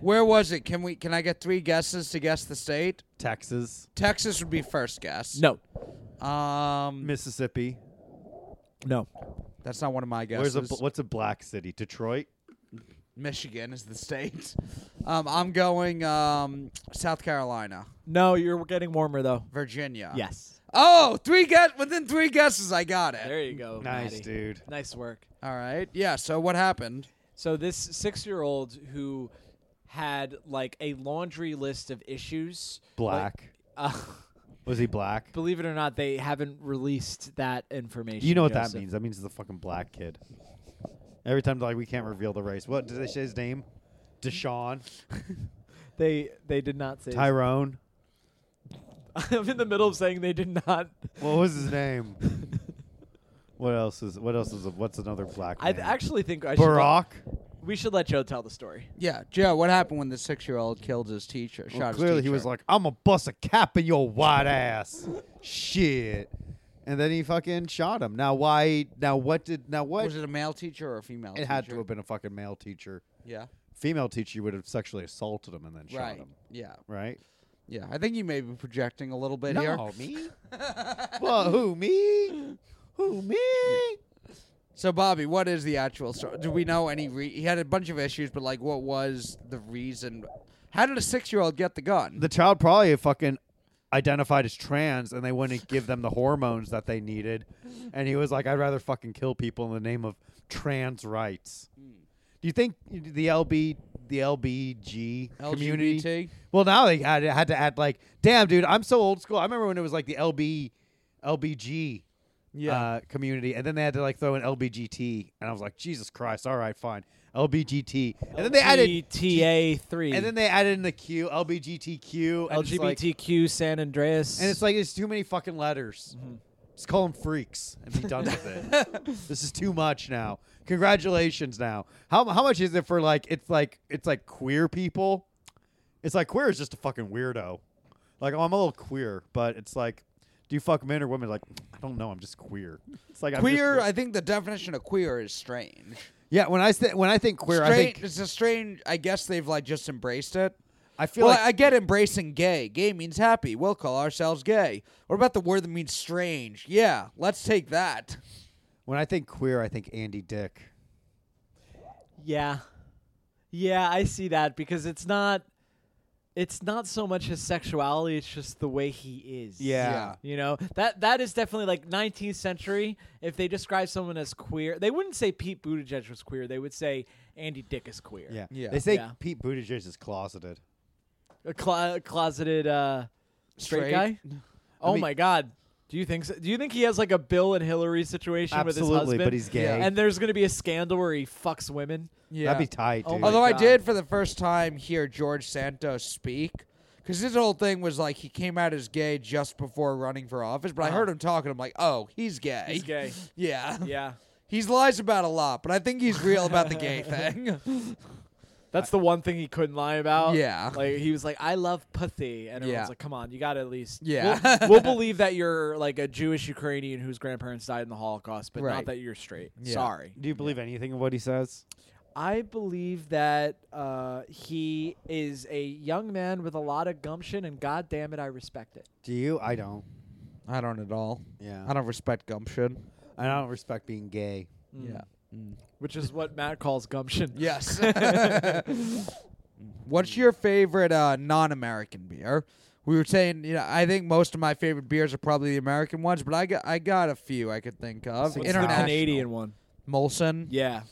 Where was it? Can we? Can I get three guesses to guess the state? Texas, Texas would be first guess. no, Um, Mississippi. no. that's not one of my guesses. Where's a bl- what's a black city? Detroit. Michigan is the state. Um, I'm going um, South Carolina, No, you're getting warmer though. Ah. Virginia. Yes. Oh, three guess within three guesses, I got it. There you go. Nice, Matty. dude. Nice work. All right. Yeah. So what happened? So this six-year-old who had like a laundry list of issues. Black. Like, uh, (laughs) was he black? believe it or not, they haven't released that information. You know what Joseph. that means? That means it's a fucking black kid. Every time they're like we can't reveal the race. What did they say his name? Deshaun, They they did not say. Tyrone. (laughs) I'm in the middle of saying they did not. What was his (laughs) name? what else is? What else is? What's another black? I name? actually think I should let- Barack. we should let Joe tell the story. Yeah, Joe. What happened when the six year old killed his teacher? shot Well, his clearly, he teacher? was like, "I'm gonna bust a cap in your white ass." Shit. And then he fucking shot him. Now why? Now what did? Now what? Was it a male teacher or a female? it had to have been a fucking male teacher. Yeah. Female teacher would have sexually assaulted him and then shot Right. him. Yeah. Right. Yeah. I think you may be projecting a little Oh, bit here. me. well, who me? Who me? So Bobby, what is the actual story? Do we know any? Re- he had a bunch of issues, but like, what was the reason? How did a six-year-old get the gun? The child probably fucking identified as trans, and they wouldn't give them the hormones that they needed. And he was like, "I'd rather fucking kill people in the name of trans rights." Do you think the LB, the LBG community? LGBT? Well, now they had had to add like, "Damn, dude, I'm so old school." I remember when it was like the LB, LBG uh, community, and then they had to like throw in LBGT, and I was like, Jesus Christ! All right, fine, LBGT, and then they added GTA three, and then they added in the Q, LBGTQ, and it's like- LGBTQ San Andreas, and it's like it's too many fucking letters. Mm-hmm. Just call them freaks and be done with (laughs) it. this is too much now. Congratulations now. How how much is it for like it's like it's like queer people? It's like queer is just a fucking weirdo. Like oh, I'm a little queer, but it's like do you fuck men or women? Like I don't know. I'm just queer. It's like I'm just queer. I think the definition of queer is strange. yeah. When I th- when I think queer, I Strange. think It's a strange. I guess they've like just embraced it. I feel Well, like I get embracing gay. Gay means happy. We'll call ourselves gay. What about the word that means strange? Yeah, let's take that. when I think queer, I think Andy Dick. Yeah. Yeah, I see that because it's not it's not so much his sexuality, it's just the way he is. Yeah. You know? That that is definitely like 19th century if they describe someone as queer, they wouldn't say Pete Buttigieg was queer. They would say Andy Dick is queer. Yeah. Yeah. They say Yeah. Pete Buttigieg is closeted. A clo- closeted uh straight, Straight? guy? Oh mean- my god. Do you think so? Do you think he has like a Bill and Hillary situation with his Absolutely, husband? but he's gay. And there's going to be a scandal where he fucks women. Yeah. That'd be tight, Oh dude. my Although I God. did for the first time hear George Santos speak. Because his whole thing was like he came out as gay just before running for office, but I heard him talking. I'm like, oh, he's gay. Uh-huh. He's gay. (laughs) Yeah. (laughs) (laughs) Yeah. He's lies about a lot, but I think he's real about (laughs) the gay thing. That's the one thing he couldn't lie about. Yeah. Like he was like, I love pussy, and everyone's Yeah. like, Come on, you gotta at least Yeah. We'll, (laughs) we'll believe that you're like a Jewish Ukrainian whose grandparents died in the Holocaust, but Right. not that you're straight. Yeah. Sorry. Do you believe anything of what he says? I believe that uh, he is a young man with a lot of gumption, and God damn it, I respect it. Do you? I don't. I don't at all. Yeah. I don't respect gumption. I don't respect being gay. Mm. Yeah. Which is what Matt calls gumption. (laughs) Yes. What's your favorite uh, non-American beer? We were saying, you know, I think most of my favorite beers are probably the American ones, but I got I got a few I could think of. What's the It's the International. Canadian one. Molson. Yeah.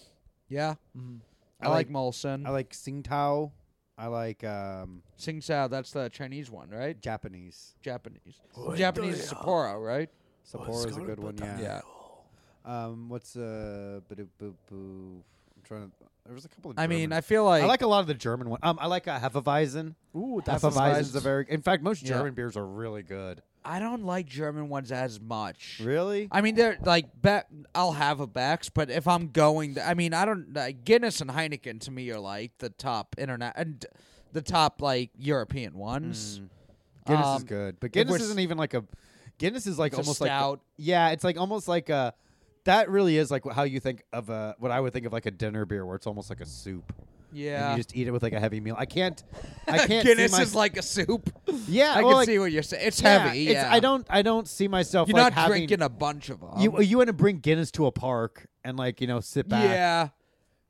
Yeah. Mhm. I, I like, like- Molson. I like Tsingtao. I like um, Sing Sao, that's the Chinese one, right? Japanese. Oh, Japanese. Japanese is Sapporo, right? Sapporo's a good one. Oh, Yeah. Oh, Yeah. Um, what's uh, boo boo boo. I'm trying to. There was a couple of. I mean, German- I feel like, I like a lot of the German one. Um, I like a Hefeweizen. Ooh, that's Hefeweizen's a very. In fact, most Yeah. German beers are really good. I don't like German ones as much. Really? I mean, they're like Be- I'll have a Beck's, but if I'm going, I mean, I don't like Guinness and Heineken to me are like the top internet and the top like European ones. Mm. Guinness is Um, good, but if we're Guinness s- isn't even like a. Guinness is like It's a almost like stout. yeah, it's like almost like a. That really is like how you think of a what I would think of like a dinner beer, where it's almost like a soup. Yeah, And you just eat it with like a heavy meal. I (laughs) can't. I can't. Guinness see my, is like a soup. Yeah, I well, can like, see what you're saying. It's yeah, heavy. it's- yeah, I don't. I don't see myself. You're like, not having, drinking a bunch of them. You uh, you want to bring Guinness to a park and like you know sit back. yeah,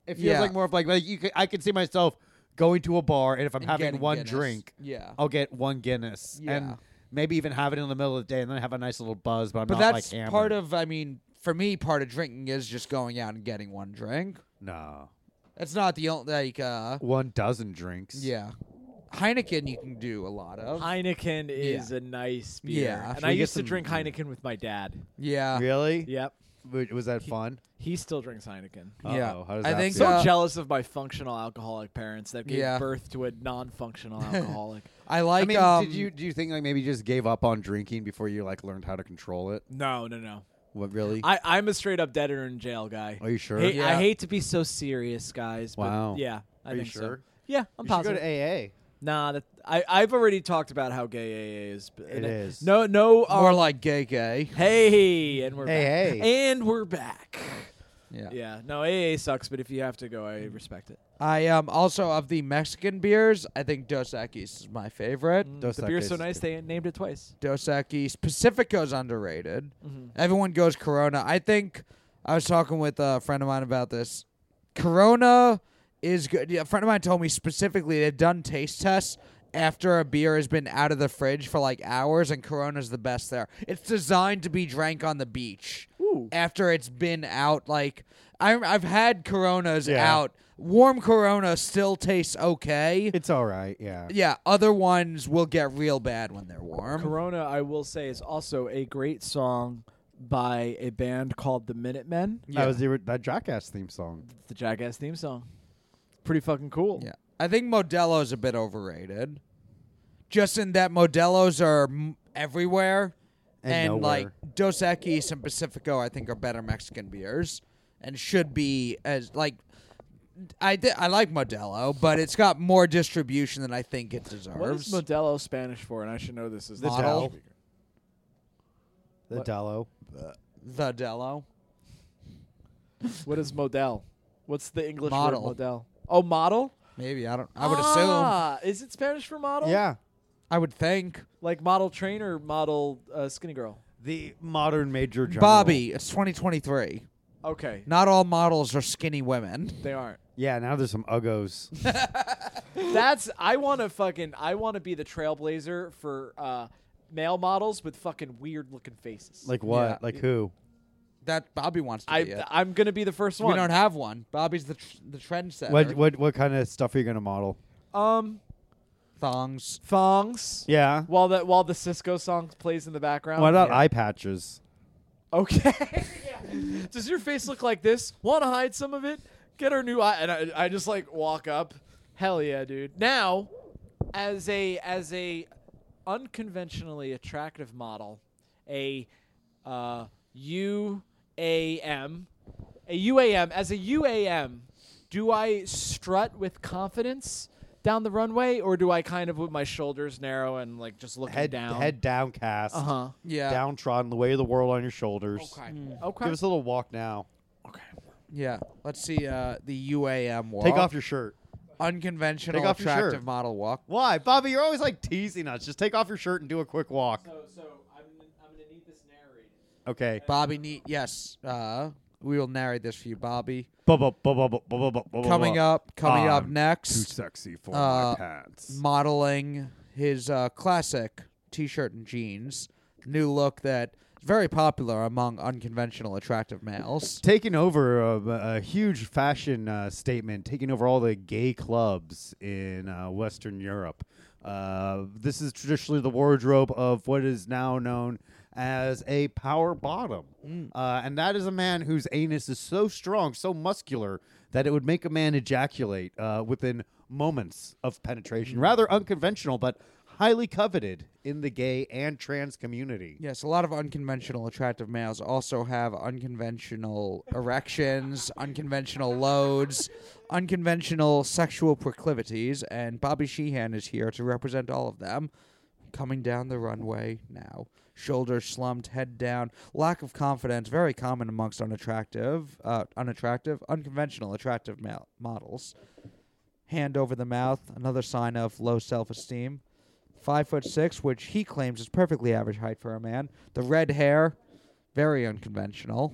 it feels yeah. like more of like like you. Could, I can see myself going to a bar and if I'm and having getting one Guinness. drink, Yeah, I'll get one Guinness Yeah. and maybe even have it in the middle of the day and then have a nice little buzz. But I'm but not that's like part hammered. of. I mean, for me, part of drinking is just going out and getting one drink. no That's not the only like. uh one dozen drinks. Yeah, Heineken you can do a lot of. Heineken is a nice beer. Yeah. And Should I we get used to some- drink Heineken with my dad. yeah, Really? Yep. W- Was that fun? He still drinks Heineken. Yeah. Uh-oh, How does I that think feel? So Yeah. jealous of my functional alcoholic parents that gave Yeah. birth to a (laughs) non-functional alcoholic. I like. I mean, um, did you do you think like maybe you just gave up on drinking before you like learned how to control it? no, no, (laughs) no. What really? I, I'm a straight up debtor in jail guy. Are you sure? Hey, Yeah. I hate to be so serious, guys. But Wow. Yeah, I Are you think so. sure? Yeah, I'm positive. to AA. nah, that, I I've already talked about how gay AA is. but- It is. No, no. More um, like gay gay. hey, and we're Hey, back. hey. and we're back. Yeah. Yeah, no, AA sucks, but if you have to go, I respect it. I um also of the Mexican beers, I think Dos Equis is my favorite. Dos Mm, the beer's Equis so is nice they named it twice. Dos Equis, Pacifico's underrated. Everyone goes Corona. I think I was talking with a friend of mine about this. Corona is good. Yeah, A friend of mine told me specifically they've done taste tests after a beer has been out of the fridge for like hours, and Corona's the best there. It's designed to be drank on the beach after it's been out. Like I, I've had Coronas Yeah. out. Warm Corona still tastes okay. It's all right. Yeah. yeah, other ones will get real bad when they're warm. Corona, I will say, is also a great song by a band called the Minutemen. That was the, that Jackass theme song. It's the Jackass theme song. Pretty fucking cool. Yeah, I think Modelo's a bit overrated. Just in that Modelo's are m- everywhere, And nowhere. like Dos Equis and Pacifico, I think are better Mexican beers, and should be as like. I di- I like Modelo, but it's got more distribution than I think it What is deserves. Modelo Spanish for? And I should know this is The Model. Del. The Dello. the Dello. What is model? What's the English Model. word model? Oh, model. Maybe I don't. I would assume. ah, Is it Spanish for model? Yeah. I would think. Like model train or model uh, skinny girl. The modern major general. Bobby, it's 2023. Okay, Not all models are skinny women. they aren't. Yeah, now there's some (laughs) uggos. That's I want to fucking I want to be the trailblazer for uh, male models with fucking weird looking faces. like what? Yeah. Like who? That Bobby wants to I be. it. I'm gonna be the first We one. don't have one. Bobby's the tr- the trendsetter. What what what kind of stuff are you gonna model? um, Thongs. thongs. Yeah. While that while the Cisco song plays in the background. What about yeah. eye patches? Okay. Does your face look like this? Want to hide some of it? Get our new eye. And I, I just like walk up. Hell yeah, dude. Now, as a as a unconventionally attractive model, a uh, UAM, a UAM as a UAM, do I strut with confidence? Down the runway, or do I kind of with my shoulders narrow and like just looking Head down? head downcast. Uh huh. Uh-huh. Yeah. Downtrodden, the weight of the world on your shoulders. Okay. Give Okay. us a little walk now. Yeah. Let's see uh, the UAM walk. Take off your shirt. unconventional Take off your attractive shirt. model walk. Why, Bobby? You're always like teasing us. Just take off your shirt and do a quick walk. So, so I'm, I'm gonna need this narrated. Okay. Bobby Neat. Yes. Uh, we will narrate this for you, Bobby. Coming Coming up. Coming up I'm Too next. sexy for Uh, my pants. Modeling his uh, classic t-shirt and jeans new look that is very popular among unconventional attractive males. taking over a, a huge fashion uh, statement, taking over all the gay clubs in uh, Western Europe. Uh, this is traditionally the wardrobe of what is now known as a power bottom. Uh, and that is a man whose anus is so strong, so muscular, that it would make a man ejaculate uh, within moments of penetration. Rather unconventional, but highly coveted in the gay and trans community. Yes, a lot of unconventional attractive males also have unconventional erections, unconventional loads, unconventional sexual proclivities, and Bobby Sheehan is here to represent all of them. Coming down the runway now, shoulders slumped, head down, lack of confidence, very common amongst unattractive, uh, unattractive, unconventional attractive male models. Hand over the mouth, another sign of low self-esteem five foot six, which he claims is perfectly average height for a man. The red hair, very unconventional.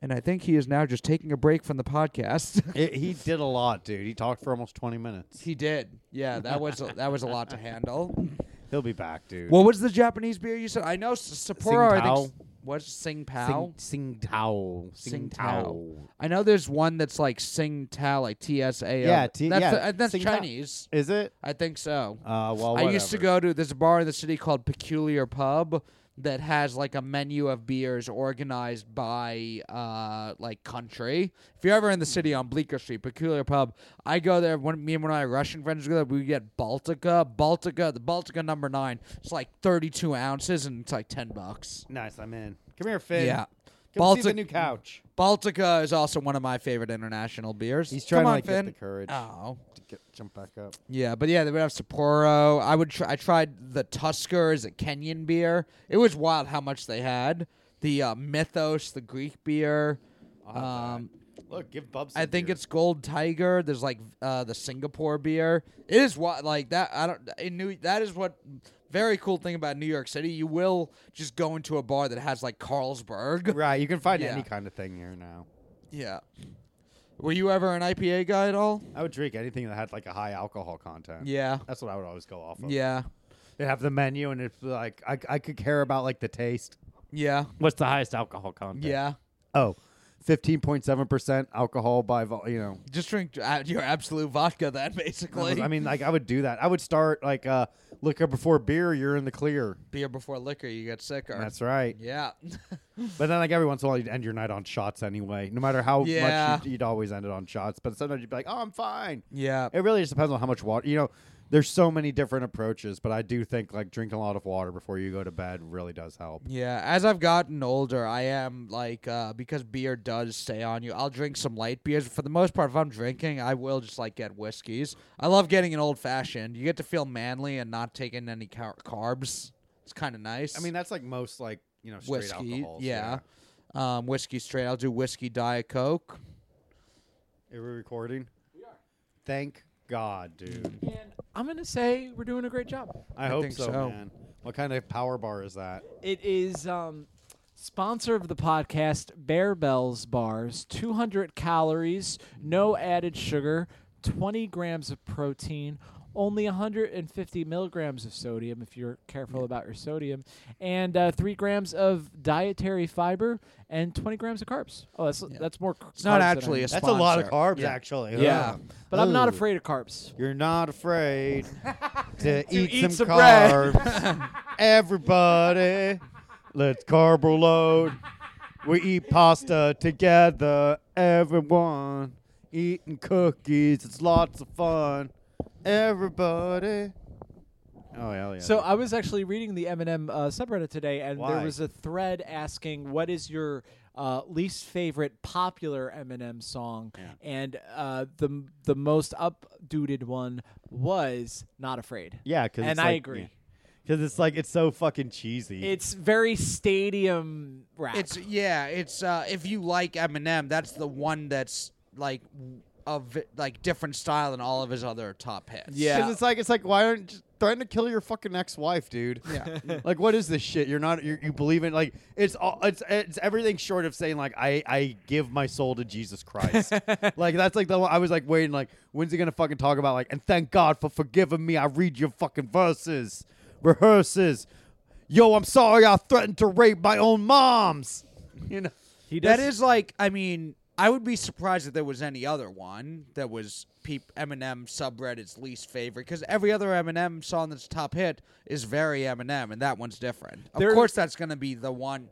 And I think he is now just taking a break from the podcast. (laughs) It, he did a lot, dude. He talked for almost 20 minutes. he did. Yeah, that was a, that was a lot to handle. He'll be back, dude. (laughs) What was the Japanese beer you said? I know S- Sapporo. I Tao. think s- what's Sing Pao. Sing, sing Tao. Sing Tao. I know there's one that's like Sing Tao, like T S A O. Yeah, T- that's yeah, the- uh, that's Sing Tao. Chinese. Is it? I think so. Uh, well, I used to whatever. go to there's a bar in the city called Peculiar Pub that has like a menu of beers organized by uh like country. If you're ever in the Hmm. city on Bleecker Street, Peculiar Pub, I go there. When me and one of my Russian friends go there, we get Baltica, Baltica, the Baltica number nine. It's like 32 ounces and it's like 10 bucks. Nice, I'm in. Come here, Finn. Yeah. Come see the Baltic- new couch. Baltica is also one of my favorite international beers. He's trying Come to on, like, Finn. get the courage Oh. to get, jump back up. Yeah, but yeah, they would have Sapporo. I would. Try, I tried the Tuskers, a Kenyan beer. It was wild how much they had. The uh, Mythos, the Greek beer. Um, Look, give Bubs. I (laughs) think it's Gold Tiger. There's like uh, the Singapore beer. It is what like that. I don't in New. That is what very cool thing about New York City. You will just go into a bar that has like Carlsberg. (laughs) Right, you can find Yeah. any kind of thing here now. Yeah. Were you ever an IPA guy at all? I would drink anything that had like a high alcohol content. Yeah. That's what I would always go off of. Yeah. They have the menu and it's like I, I could care about like the taste. Yeah. What's the highest alcohol content? Yeah. Oh, 15.7% alcohol by vol, you know. Just drink uh, your absolute vodka then, I (laughs) was- basically. I mean, like I would do that. I would start like uh liquor before beer, you're in the clear. beer before liquor, you get sicker. That's right. yeah. (laughs) But then, like every once in a while, you'd end your night on shots anyway. No matter how Yeah. much you'd, you'd always end it on shots. But sometimes you'd be like, "Oh, I'm fine." yeah. It really just depends on how much water. You know, there's so many different approaches, but I do think like drinking a lot of water before you go to bed really does help. Yeah, as I've gotten older, I am like uh, because beer does stay on you. I'll drink some light beers for the most part. If I'm drinking, I will just like get whiskeys. I love getting an old fashioned. You get to feel manly and not taking any car- carbs. It's kind of nice. I mean, that's like most like you know straight whiskey, alcohols. yeah. Um, whiskey straight. I'll do whiskey diet coke. Are we recording? We are. Thank God, dude. And I'm gonna say we're doing a great job. I, I hope think so, so. man. What kind of power bar is that? It is um, sponsor of the podcast, Bear Bells Bars. 200 calories, no added sugar, 20 grams of protein, only 150 milligrams of sodium if you're careful about your sodium, and uh, three grams of dietary fiber and 20 grams of carbs. Oh, that's that's more. It's not carbs than I actually a need. That's a lot of sponsor. carbs, Yeah. actually. Yeah, Ugh. but I'm not Ooh. afraid of carbs. You're (laughs) not afraid to, eat, eat some, some bread. (laughs) carbs. Everybody, let's carb load. We eat pasta together, everyone. Eating cookies, it's lots of fun. Everybody. Oh, hell yeah. So I was actually reading the Eminem uh, subreddit today, and Why? there was a thread asking, "What is your uh, least favorite popular Eminem song?" And uh, the the most updated one was "Not Afraid." yeah, because and I agree. Because it's like, it's so fucking cheesy. It's very stadium rap. It's yeah. It's uh, if you like Eminem, that's the one that's like w- of like different style than all of his other top hits. Yeah. Because it's like it's like why aren't you threaten to kill your fucking ex-wife, dude? Yeah. (laughs) like what is this shit? You're not you you believe in like it's all it's it's everything short of saying like I I give my soul to (laughs) Jesus Christ. like that's like the one I was like waiting like when's he gonna fucking talk about like and thank God for forgiving me. I read your fucking verses, rehearses. Yo, I'm sorry I threatened to rape my own moms. You know. he does, That is like, I mean, I would be surprised if there was any other one that was peep Eminem subreddit's least favorite because every other Eminem song that's top hit is very Eminem, and that one's different. Of There- course, that's gonna be the one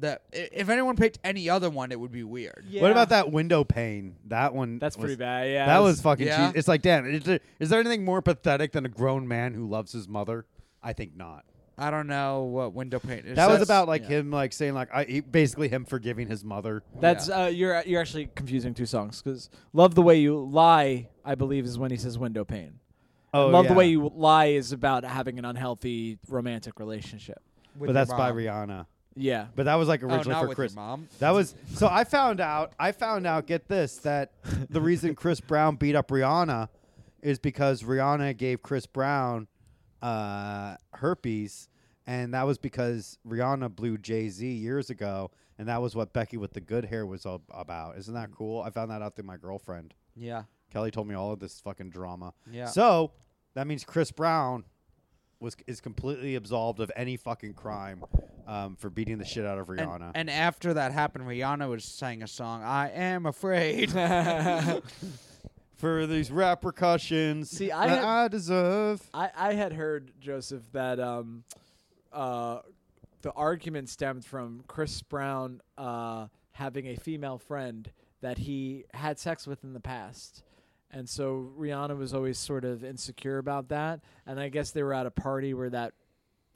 that i- if anyone picked any other one, it would be weird. Yeah. What about that window pane? That one. That's was- pretty bad, yeah. that That's- was fucking. Yeah. cheesy. It's like, damn. Is there, is there anything more pathetic than a grown man who loves his mother? I think not. I don't know what window paint is. That was That's- about like yeah. him, like saying, like I he, basically him forgiving his mother. That's uh, you're you're actually confusing two songs because "Love the Way You Lie" I believe is when he says "window pane." Oh, "Love the yeah. Way You Lie" is about having an unhealthy romantic relationship. With But your that's by mom. Rihanna. Yeah. But that was like Oh, originally not for with Chris. your mom. That was so. I found out. I found out. Get this: that the (laughs) reason Chris Brown beat up Rihanna is because Rihanna gave Chris Brown uh, herpes, and that was because Rihanna blew Jay Z years ago, and that was what Becky with the good hair was all about. Isn't that cool? I found that out through my girlfriend. Yeah. Kelly told me all of this fucking drama. Yeah. So that means Chris Brown was is completely absolved of any fucking crime um, for beating the shit out of And- Rihanna. and after that happened, Rihanna was sang a song, "I (laughs) Am Afraid." for these repercussions See, I that had- I deserve. I, I had heard Joseph that um, uh, the argument stemmed from Chris Brown uh, having a female friend that he had sex with in the past. And so Rihanna was always sort of insecure about that. And I guess they were at a party where that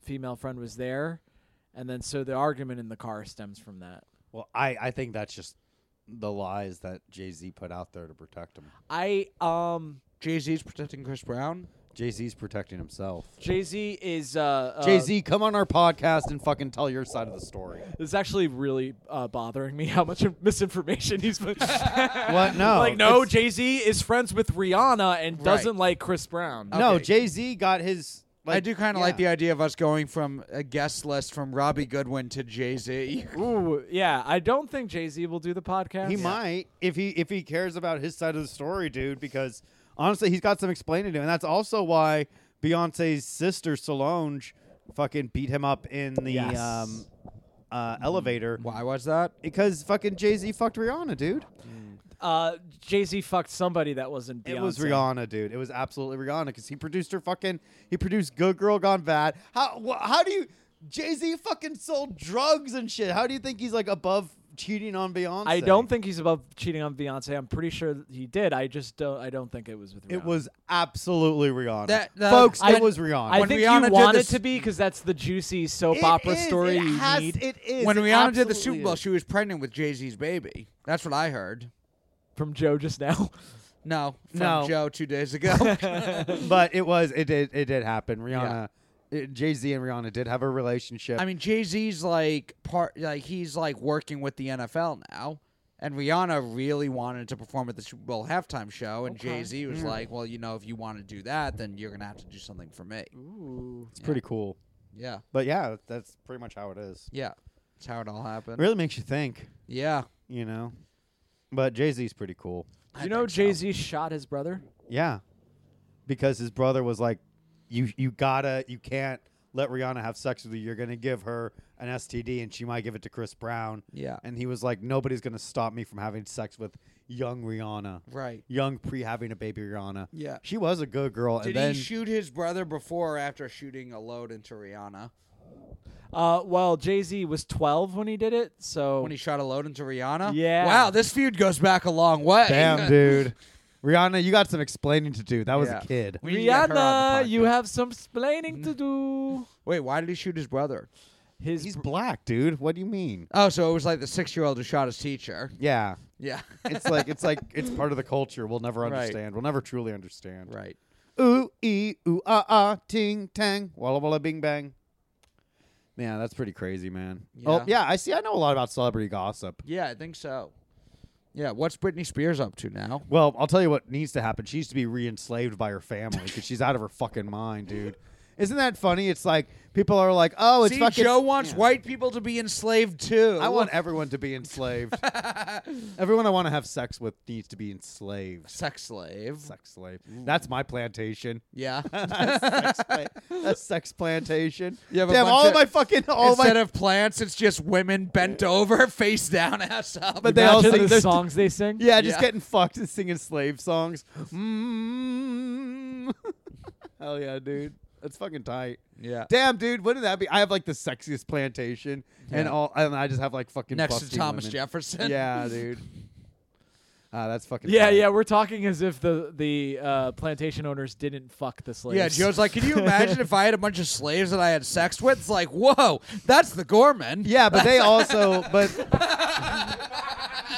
female friend was there. And then so the argument in the car stems from that. Well, I, I think that's just the lies that Jay Z put out there to protect him. I um Jay Z's protecting Chris Brown. Jay Z's protecting himself. Jay Z is uh, uh Jay Z, come on our podcast and fucking tell your side of the story. It's actually really uh, bothering me how much misinformation he's. what? (laughs) No, like no, it's- Jay Z is friends with Rihanna and Right. doesn't like Chris Brown. Uh, No, Okay. Jay Z got his Like, I do kind of like the yeah. idea of us going from a guest list from Robbie Goodwin to Jay Z. Ooh, yeah. I don't think Jay Z will do the podcast. He might if he if he cares about his side of the story, dude. Because honestly, he's got some explaining to do, and that's also why Beyonce's sister Solange fucking beat him up in the Yes. Mm-hmm. um, uh, elevator (laughs) Why was that? because fucking Jay Z fucked Rihanna, dude. Uh, Jay Z fucked somebody that wasn't Beyonce. It was Rihanna, dude. It was absolutely Rihanna because he produced her fucking. He produced Good Girl Gone Bad. How wh- how do you Jay Z fucking sold drugs and shit? How do you think he's like above cheating on Beyonce? I don't think he's above cheating on Beyonce. I'm pretty sure that he did. I just don't. I don't think it was with. Rihanna. It was absolutely Rihanna, That- that- folks. I- it was Rihanna. I When think Rihanna you did want this- it to be because that's the juicy soap It opera is, story it you has- need It is when it Rihanna did the absolutely Super Bowl, is. she was pregnant with Jay Z's baby. That's what I heard. from Joe just now. No, from No. Joe two days ago. (laughs) but it was it did it did happen. Rihanna, Jay Z and Rihanna did have a relationship. I mean, Jay Z's like part, like he's like working with the NFL now, and Rihanna really wanted to perform at the Super Bowl halftime show, and Jay Z was like, "Well, you know, if you want to do that, then you're gonna have to do something for me." it's pretty cool. Yeah, But yeah, that's pretty much how it is. yeah, that's how it all happened. It really makes you think, Yeah, you know. But Jay Z's pretty cool. I you know, think so. Jay Z shot his brother. Yeah, because his brother was like, "You you gotta you can't let Rihanna have sex with you. You're gonna give her an STD, and she might give it to Chris Brown." Yeah. and he was like, "Nobody's gonna stop me from having sex with young Rihanna, Right. young pre having a baby Rihanna." Yeah. she was a good girl, Did and then he shoot his brother before or after shooting a load into Rihanna? Uh, well, Jay Z was 12 when he did it, so When he shot a load into Rihanna? Yeah. Wow, this feud goes back a long way. (laughs) damn dude, Rihanna, you got some explaining to do. That was Yeah. a kid. We need to get her on Rihanna, the you podcast. Mm-hmm. have some splaining to do. Wait, why did he shoot his brother? His He's br- black, dude. What do you mean? Oh, so it was like the six-year-old who shot his teacher. Yeah, Yeah. (laughs) it's like it's like it's part of the culture. We'll never Right. understand. We'll never truly understand. right. Ooh, ee, ooh, ah, ah, ting, tang, walla, walla, bing, bang. Yeah, that's pretty crazy, man. Oh, Yeah. yeah, I see. I know a lot about celebrity gossip. Yeah, I think so. Yeah, what's Britney Spears up to now? Well, I'll tell you what needs to happen. She needs to be re enslaved by her family because she's out of her fucking mind, dude. Isn't that funny? It's like people are like, oh, it's See, fucking. Joe wants white people to be enslaved too. I want everyone to be (laughs) enslaved. everyone I want to have sex with needs to be enslaved. sex slave. Sex slave. That's my plantation. (laughs) Yeah. sex pla- that's sex plantation. You have a Damn, bunch all of- my fucking all my Instead of plants, it's just women bent over, (laughs) face down, ass up. But (laughs) they Imagine also- the there's- songs they sing. Yeah, just Yeah. getting fucked and singing slave songs. Mm. (laughs) Hell yeah, dude. That's fucking tight. Yeah. Damn, dude, wouldn't that be? I have like the sexiest plantation, and Yeah. all, and I just have like fucking Next to busty Thomas women. Jefferson. Yeah, dude. Ah, that's fucking. Yeah, tight. yeah, we're talking as if the the uh, plantation owners didn't fuck the slaves. (laughs) Yeah, Joe's like, can (laughs) you imagine if I had a bunch of slaves that I had sex with? It's like, whoa, that's the Gorman. (laughs) yeah. But they also, but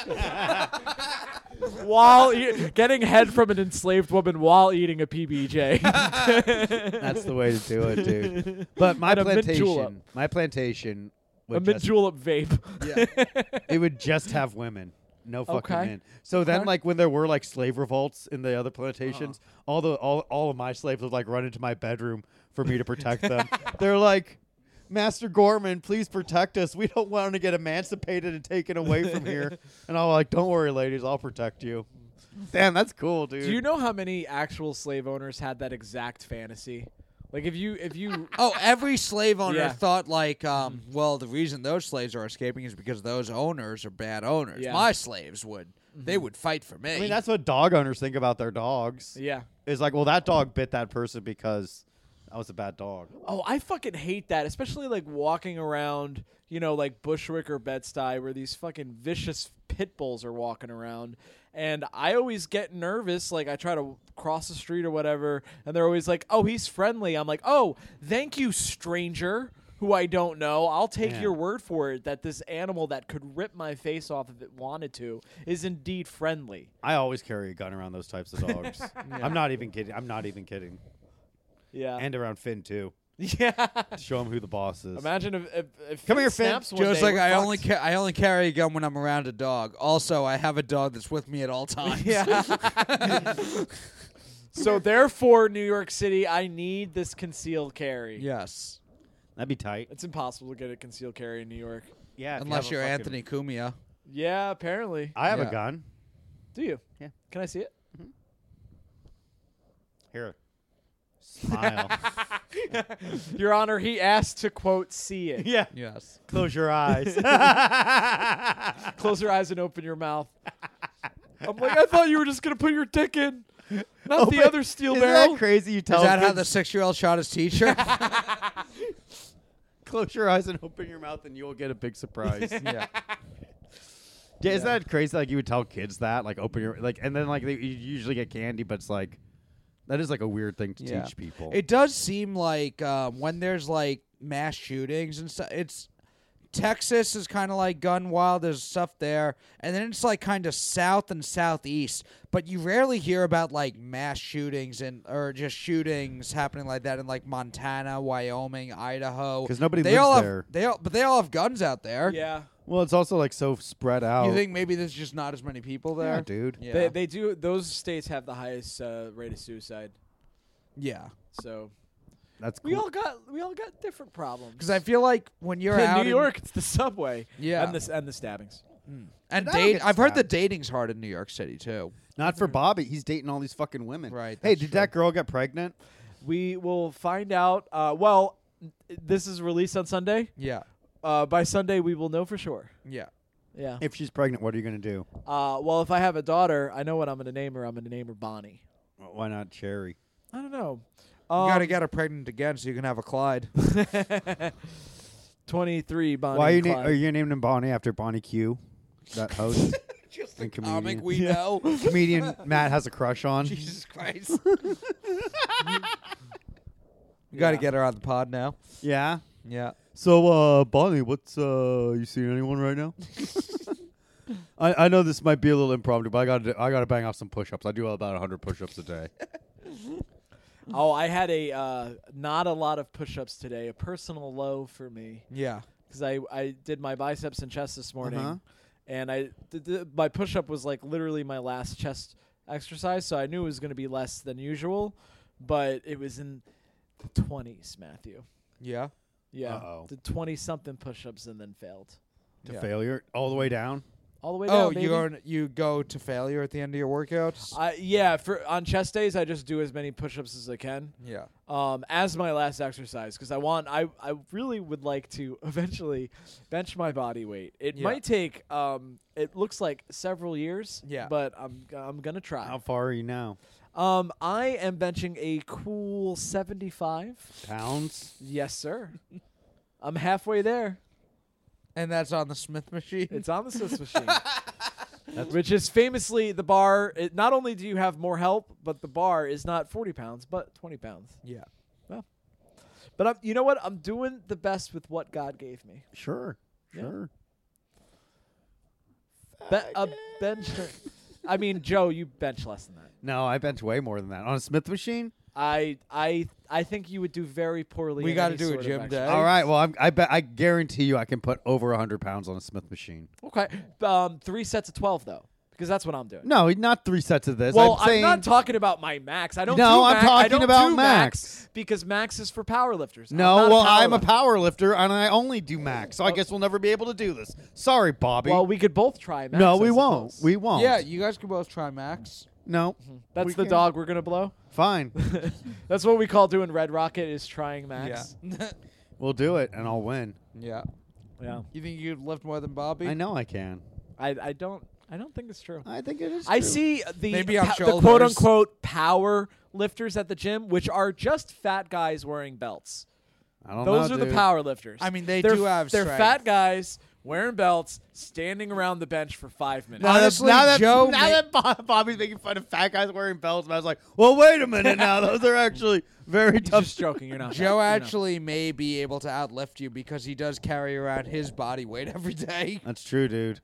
(laughs) while e- getting head from an enslaved woman while eating a (laughs) PBJ. that's the way to do it, dude. But my And a mint julep. plantation, my plantation, a would mint just, julep vape. it would just have women. No fucking Okay. men. So then, Okay. like when there were like slave revolts in the other plantations, Uh-huh. all the all, all of my slaves would like run into my bedroom for me to protect them. (laughs) They're like, Master Gorman, please protect us. We don't want to get emancipated and taken away from (laughs) here. and I'm like, Don't worry, ladies, I'll protect you. Damn, that's cool, (laughs) dude. Do you know how many actual slave owners had that exact fantasy? Like if you if you Oh, every slave owner Yeah. thought like, um, Mm-hmm. well, the reason those slaves are escaping is because those owners are bad owners. Yeah. My slaves would, they would fight for me. Mm-hmm. I mean, that's what dog owners think about their dogs. yeah. It's like, well, that dog bit that person because I was a bad dog. Oh, I fucking hate that, especially like walking around, you know, like Bushwick or Bed-Stuy where these fucking vicious pit bulls are walking around. And I always get nervous like I try to cross the street or whatever and they're always like, "Oh, he's friendly." I'm like, "Oh, thank you, stranger." Who I don't know, I'll take Yeah. your word for it that this animal that could rip my face off if it wanted to is indeed friendly. I always carry a gun around those types of (laughs) dogs. I'm not even kidding. I'm not even kidding. Yeah. And around Finn too. (laughs) (laughs) yeah. Show him who the boss is. Imagine if, if, if Come it here, Finn. snaps one Joe's day, like, we're I only, fucked." ca- I only carry a gun when I'm (laughs) around a dog. Also, I have a dog that's with me at all times. Yeah. (laughs) So therefore, New York City, I need this concealed carry. Yes. That'd be tight. It's impossible to get a concealed carry in New York. Yeah. if you Unless have a you're fucking- Anthony Cumia. Yeah, apparently. I have Yeah. a gun. Do you? Uh, Yeah. Can I see it? (laughs) Here. Smile. Your Honor, he asked to quote, see it. (laughs) yeah. Yes. Close (laughs) your eyes. Close your eyes and open your (laughs) mouth. I'm like, I thought you were just going to put your dick in, (laughs) not the other steel Oh Isn't barrel. that crazy? You tell Is that how kids, the six-year-old (laughs) shot his teacher? close your eyes and open your mouth, and you'll get a big surprise. (laughs) yeah. yeah. Isn't that crazy? Like you would tell kids that, like open your like, and then like they you usually get candy, but it's like that is like a weird thing to Yeah. teach people. It does seem like um, when there's like mass shootings and stuff, it's Texas is kind of like gun wild. There's stuff there, and then it's like kind of south and southeast. But you rarely hear about like mass shootings and or just shootings happening like that in like Montana, Wyoming, Idaho. 'Cause nobody they lives all there. Have, they all, but they all have guns out there. Yeah. well, it's also like so spread out. You think maybe there's just not as many people there? Oh. yeah, dude? Yeah. They, they do, those states have the highest uh, rate of suicide. yeah. So That's cool. we all got we all got different problems. Because I feel like when you're in out New York, it's the subway. Yeah. and the and the stabbings. and I don't date, get I've heard the stabbed. dating's hard in New York City too. Not for Bobby. He's dating all these fucking women. Right, Hey, that's did true. that girl get pregnant? We will find out. Uh, well, this is released on Sunday. Yeah. Uh, by Sunday, we will know for sure. Yeah. Yeah. If she's pregnant, what are you gonna do? Uh, well, if I have a daughter, I know what I'm going to name her. I'm going to name her Bonnie. Why not Cherry? I don't know. You Um, gotta get her pregnant again so you can have a Clyde. (laughs) Twenty-three Bonnie. Why are you and na- Clyde. are you naming Bonnie after Bonnie Q, that host Just "Oh, And comedian. (laughs) know. (laughs) comedian Matt has a crush on? Jesus Christ. (laughs) you gotta get her on the pod now. Yeah. Yeah. So, uh, Bonnie, what's uh, you seeing anyone right now? I, I know this might be a little impromptu, but I got to I got to bang off some push-ups. I do about 100 push-ups a day. Oh, I had a uh, not a lot of push-ups today. A personal low for me. Yeah. because I, I did my biceps and chest this morning, Uh-huh. and I did the, my push up was like literally my last chest exercise, so I knew it was going to be less than usual, but it was in the twenties, Matthew. Yeah. Yeah, Uh-oh. did twenty something push ups and then failed to Yeah. failure all the way down. all the way down. Oh, baby. you go you go to failure at the end of your workouts? I, yeah, for on chest days, I just do as many push ups as I can. yeah. um, as my last exercise because I want I, I really would like to (laughs) eventually bench my body weight. It Yeah. might take um, it looks like several years. Yeah. but I'm I'm gonna How try. far are you now? Um, I am benching a cool seventy five. Pounds. Yes, sir. (laughs) I'm halfway there. And that's on the Smith machine. It's on the Swiss machine. Which is famously the bar. It, not only do you have more help, but the bar is not 40 pounds, but 20 pounds. yeah. But I'm, you know what? I'm doing the best with what God gave me. Sure. Yeah. Sure. Be- a bench. I mean, Joe, you bench less than that. No, I bench way more than that on a Smith machine. I I I think you would do very poorly. We got gotta to do a gym day. All right. Well, I'm, I bet I guarantee you I can put over 100 pounds on a Smith machine. Okay, um, three sets of twelve though, because that's what I'm doing. No, not three sets of this. well, I'm, saying, not talking about my max. I don't. No, do I'm max. I talking don't about do max. because max is for powerlifters. I'm not No, well, I'm a powerlifter. power lifter and I only do max, so I guess we'll never be able to do this. Sorry, Bobby. Well, we could both try max. no, I we won't. suppose. mm-hmm. We won't. Yeah, you guys can both try Max. No. That's we the can. dog we're gonna blow. (laughs) Fine. That's what we call doing Red Rocket is trying max. (laughs) Yeah. we'll do it and I'll win. yeah. Yeah. You think you'd lift more than Bobby? I know I can. I I don't I don't think it's true. I think it is. I true. see the Maybe on the shoulders. quote unquote power lifters at the gym, which are just fat guys wearing belts. I don't Those know, are the dude. power lifters. Oh, I mean, they They're- do have They're strength. fat guys wearing belts, standing around the bench for five minutes. Now that- Honestly, now that, Joe now ma- that Bob- Bobby's making fun of fat guys wearing belts, I was like, "Well, wait a minute (laughs) now. Those are actually very He's tough." (laughs) just joking. You're not. Joe fat, you know. actually may be able to outlift you because he does carry around his body weight every day. That's true, dude.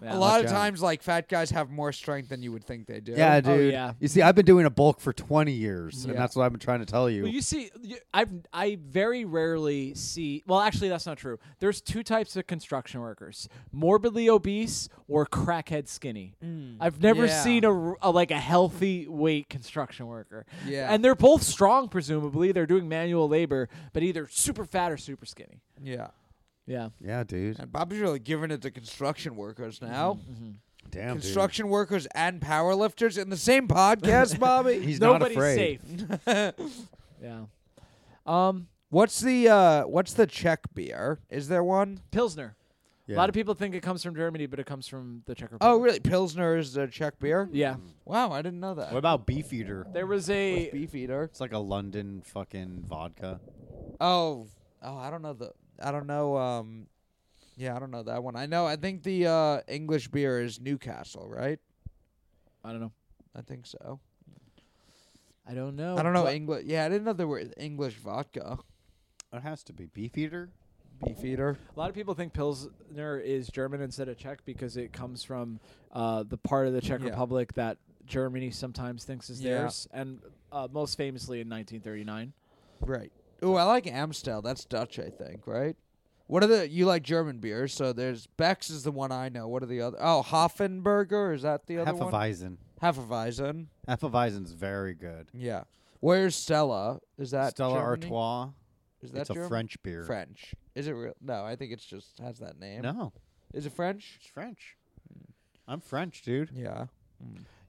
Yeah, a lot watch of out. times, like fat guys have more strength than you would think they do. Yeah, dude. Oh, yeah. You see, I've been doing a bulk for 20 years, and Yeah. that's what I've been trying to tell you. Well, you see, you, I've I very rarely see. Well, actually, that's not true. There's two types of construction workers: morbidly obese or crackhead skinny. I've never Yeah. seen a, r- a- like a healthy weight construction worker. Yeah. and they're both strong. Presumably, they're doing manual labor, but either super fat or super skinny. yeah. Yeah, yeah, dude. And Bobby's really giving it to construction workers now. Damn, dude. Construction workers and powerlifters in the same podcast, Bobby. He's not nobody's afraid. safe. (laughs) yeah. Um, What's the uh what's the Czech beer? Is there one? Pilsner. A Yeah. lot of people think it comes from Germany, but it comes from the Czech Republic. Oh, really? Pilsner is the Czech beer? Yeah. Wow, I didn't know that. What about Beefeater? There was a With beef eater. It's like a London fucking vodka. Oh, oh, I don't know the I don't know um yeah, I don't know that one. I know I think the uh English beer is Newcastle, right? I don't know. I think so. I don't know. I don't know But- English. Yeah, I didn't know there were English vodka It has to be Beefeater. beef eater. A lot of people think Pilsner is German instead of Czech because it comes from uh, the part of the Czech Yeah. Republic that Germany sometimes thinks is Yeah. theirs, and uh, most famously in 1939. Right. Oh, I like Amstel. That's Dutch, I think, right? What are the you like German beers? So there's Beck's is the one I know. What are the other? Oh, Hoffenberger is that the other one? Hefeweizen. Hefeweizen. Hefeweizen's very good. Yeah. Where's Stella? Is that Stella Germany? Artois. Is that it's a German? French beer. French. Is it real? No, I think it's just has that name. No, Is it French? it's French. I'm French, dude. Yeah.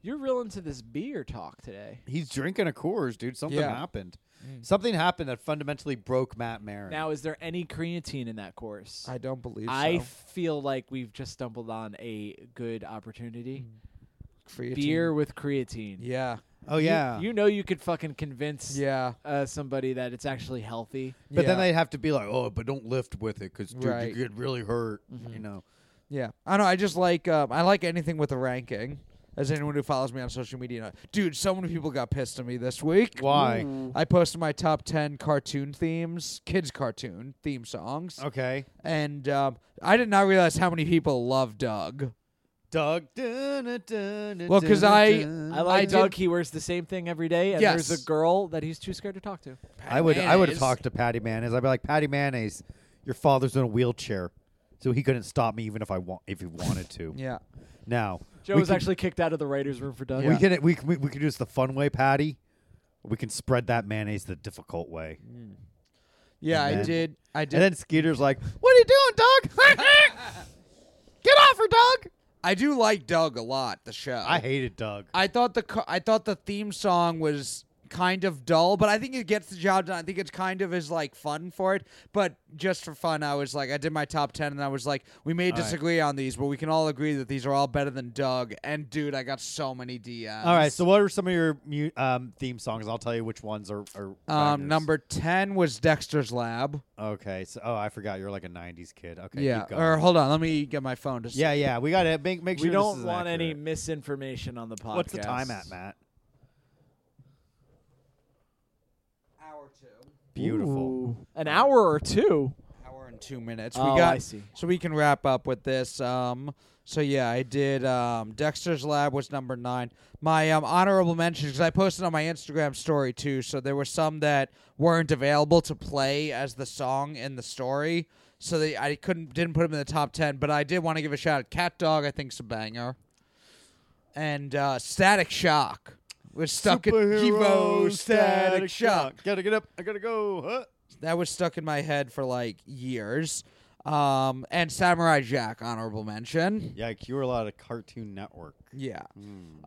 You're real into this beer talk today. He's drinking a Coors, dude. Something Yeah. happened. Something happened that fundamentally broke Matt Maron. Now, is there any creatine in that course? I don't believe I so. feel like we've just stumbled on a good opportunity. Mm. Creatine. Beer with creatine. Yeah. oh You- yeah. You, know you could fucking convince Yeah. uh, somebody that it's actually healthy. but then yeah. they'd have to be like, oh, but don't lift with it because dude, Right. you get really hurt. You know. Yeah, I know. I just like um, I like anything with a ranking. As anyone who follows me on social media, knows. dude, so many people got pissed at me this week. Why? I posted my top ten cartoon themes, kids cartoon theme songs, Okay. and um, I did not realize how many people love Doug. Doug. Well, Well, 'cause I- I I like did- Doug. He wears the same thing every day, and there's Yes. a girl that he's too scared to talk to. I would I would have Mayonnaise. talked to Patty Mayonnaise. I'd be like, Patty Mayonnaise, your father's in a wheelchair, so he couldn't stop me even if I want if he wanted (laughs) to. Yeah, Now Joe we was can, actually kicked out of the writers' room for Doug. we can we can, we, we can do this the fun way, Patty. We can spread that mayonnaise the difficult way. yeah, And I then- did. I did. And then Skeeter's like, "What are you doing, Doug? (laughs) Get off her, Doug!" I do like Doug a lot. The show. I hated Doug. I thought the co- I thought the theme song was kind of dull, but I think it gets the job done. I think it's kind of is like fun for it. But just for fun, I was like, I did my top ten, and I was like, we may right. disagree on these, but we can all agree that these are all better than Doug. And dude, I got so many DMs. All right, so what are some of your mu- um, theme songs? I'll tell you which ones are. are um, bangers. number ten was Dexter's Lab. Okay, so oh, I forgot you're like a '90s kid. Okay, yeah, er, keep going. or hold on, let me get my phone. To see. yeah, yeah, we got to make, make sure We this don't is want any accurate. misinformation on the podcast. What's the time at, Matt? hour two, Beautiful. Ooh. An hour or two. hour and two minutes. Oh, we got I see. So we can wrap up with this. Um, so yeah, I did. Um, Dexter's Lab was number nine. My um, honorable mentions because I posted on my Instagram story too. So there were some that weren't available to play as the song in the story. So they, I couldn't didn't put them in the top ten, but I did want to give a shout out. Cat Dog, I think's a banger, and uh, Static Shock was stuck in Hero Static Shock. Gotta get up. I gotta go. Huh? That was stuck in my head for like years. Um, and Samurai Jack, honorable mention. Yikes, you were a lot of Cartoon Network. Yeah.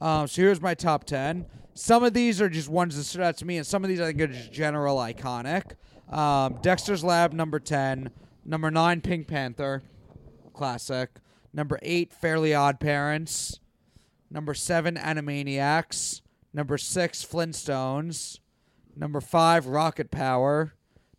Um, so here's my top 10. Some of these are just ones that stood out to me, and some of these I think are just general iconic. Um, Dexter's Lab, number 10. Number 9, Pink Panther. Classic. Number 8, Fairly Odd Parents. Number 7, Animaniacs. Number 6, Flintstones. Number 5, Rocket Power.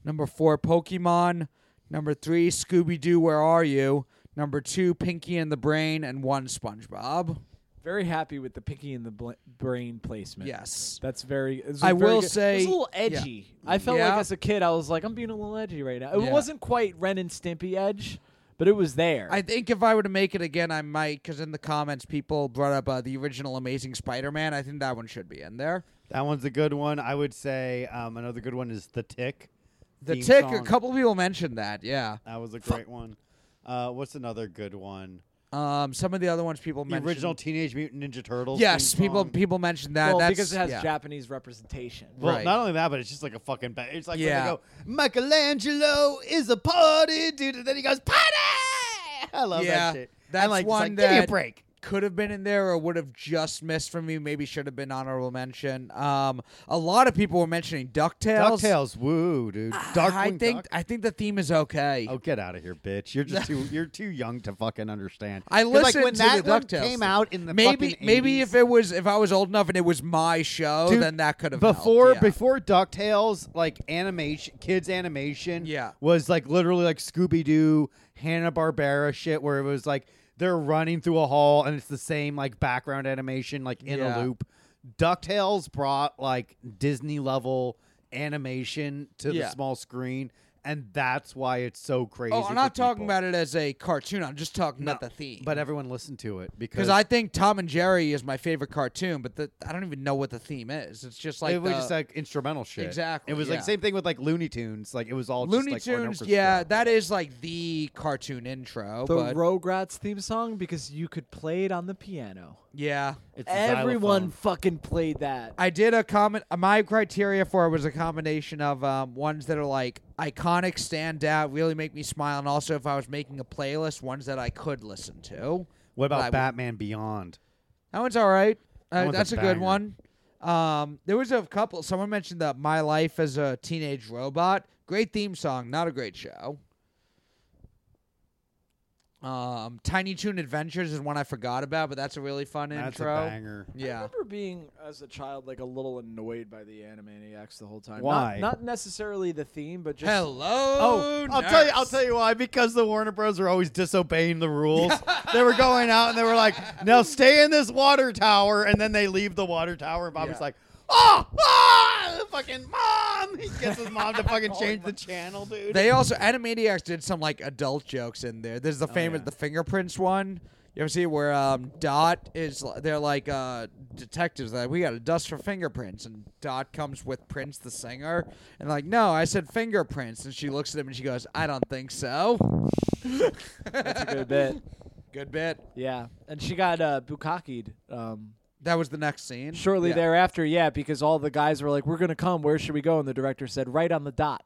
Number 4, Pokemon. Number 3, Scooby Doo, Where Are You? Number 2, Pinky and the Brain. And 1, SpongeBob. Very happy with the Pinky and the bl- Brain placement. Yes. That's very. it's I very will good. say- It was a little yeah. edgy. I felt Yeah. like as a kid, I was like, I'm being a little edgy right now. It Yeah. wasn't quite Ren and Stimpy edge, but it was there. I think if I were to make it again, I might, because in the comments people brought up uh, the original Amazing Spider-Man. I think that one should be in there. That one's a good one. I would say um, another good one is The Tick. The theme Tick. A song. couple people mentioned that. Yeah. That was a great one. Uh, what's another good one? Um, some of the other ones people The mentioned. original Teenage Mutant Ninja Turtles. Yes, theme people song. people mentioned that. well, That's, because it has yeah. Japanese representation. Well, Right. not only that, but it's just like a fucking. Ba- it's like when Yeah. they go, Michelangelo is a party dude, and then he goes party. I love Yeah, that shit. And, that's like, it's one like, give me a that- break. could have been in there or would have just missed from me. Maybe should have been honorable mention. Um, a lot of people were mentioning Ducktales. Ducktales, woo, dude. Darkwing Ah, I think Duck. I think the theme is okay. Oh, get out of here, bitch! You're (laughs) just too you're too young to fucking understand. I 'Cause, listened like, when to that the one DuckTales came thing. out in the maybe fucking maybe 80s. if it was if I was old enough and it was my show, Dude, Oh, then that could have helped, before yeah. before Ducktales, like animation, kids animation, Yeah. was like literally like Scooby Doo, Hanna Barbera shit, where it was like they're running through a hall and it's the same like background animation, like in Yeah. a loop. Ducktales brought like Disney level animation to Yeah. the small screen, and that's why it's so crazy. Oh, I'm for not talking people. about it as a cartoon. I'm just talking about No, the theme. but everyone listened to it because because I think Tom and Jerry is my favorite cartoon, but the, I don't even know what the theme is. It's just like it was the- just like instrumental shit. Exactly, It was yeah. like same thing with like Looney Tunes. Like it was all Looney just, like, an Tunes. orchestra. Yeah, that is like the cartoon intro. Oh, The but Rugrats theme song because you could play it on the piano. yeah, It's a Everyone xylophone. fucking played that. I did a comment. uh, My criteria for it was a combination of um, ones that are like iconic, stand out, really make me smile, and also if I was making a playlist, ones that I could listen to. What But I about would- Batman Beyond? That one's all right. That Uh, one's a that's a, banger. good one. Um, there was a couple. Someone mentioned that "My Life as a Teenage Robot." Great theme song, not a great show. Um, Tiny Toon Adventures is one I forgot about, but that's a really fun That's a intro. banger. I Yeah, remember being as a child like a little annoyed by the Animaniacs the whole time. Not- Why? Not, necessarily the theme, but just Hello. Oh, I'll tell you. I'll tell you why. Because the Warner Bros. are always disobeying the rules. they were going out and they were like, "Now stay in this water tower," and then they leave the water tower. And Bobby's Yeah. like, "Oh, ah, fucking mom!" He gets his mom to fucking change the channel, dude. They also Animaniacs did some like adult jokes in there. There's the famous the fingerprints one. You ever see it where um, Dot is? li- They're like uh, detectives. Like we got to dust for fingerprints, and Dot comes with Prince the singer, and like no, I said fingerprints, and she looks at him and she goes, I don't think so. that's a good (laughs) bit. Good bit. Yeah, and she got uh, bukakied um, That was the next scene. shortly Yeah. thereafter. Yeah, because all the guys were like, "We're gonna come. Where should we go?" And the director said, "Right on the dot."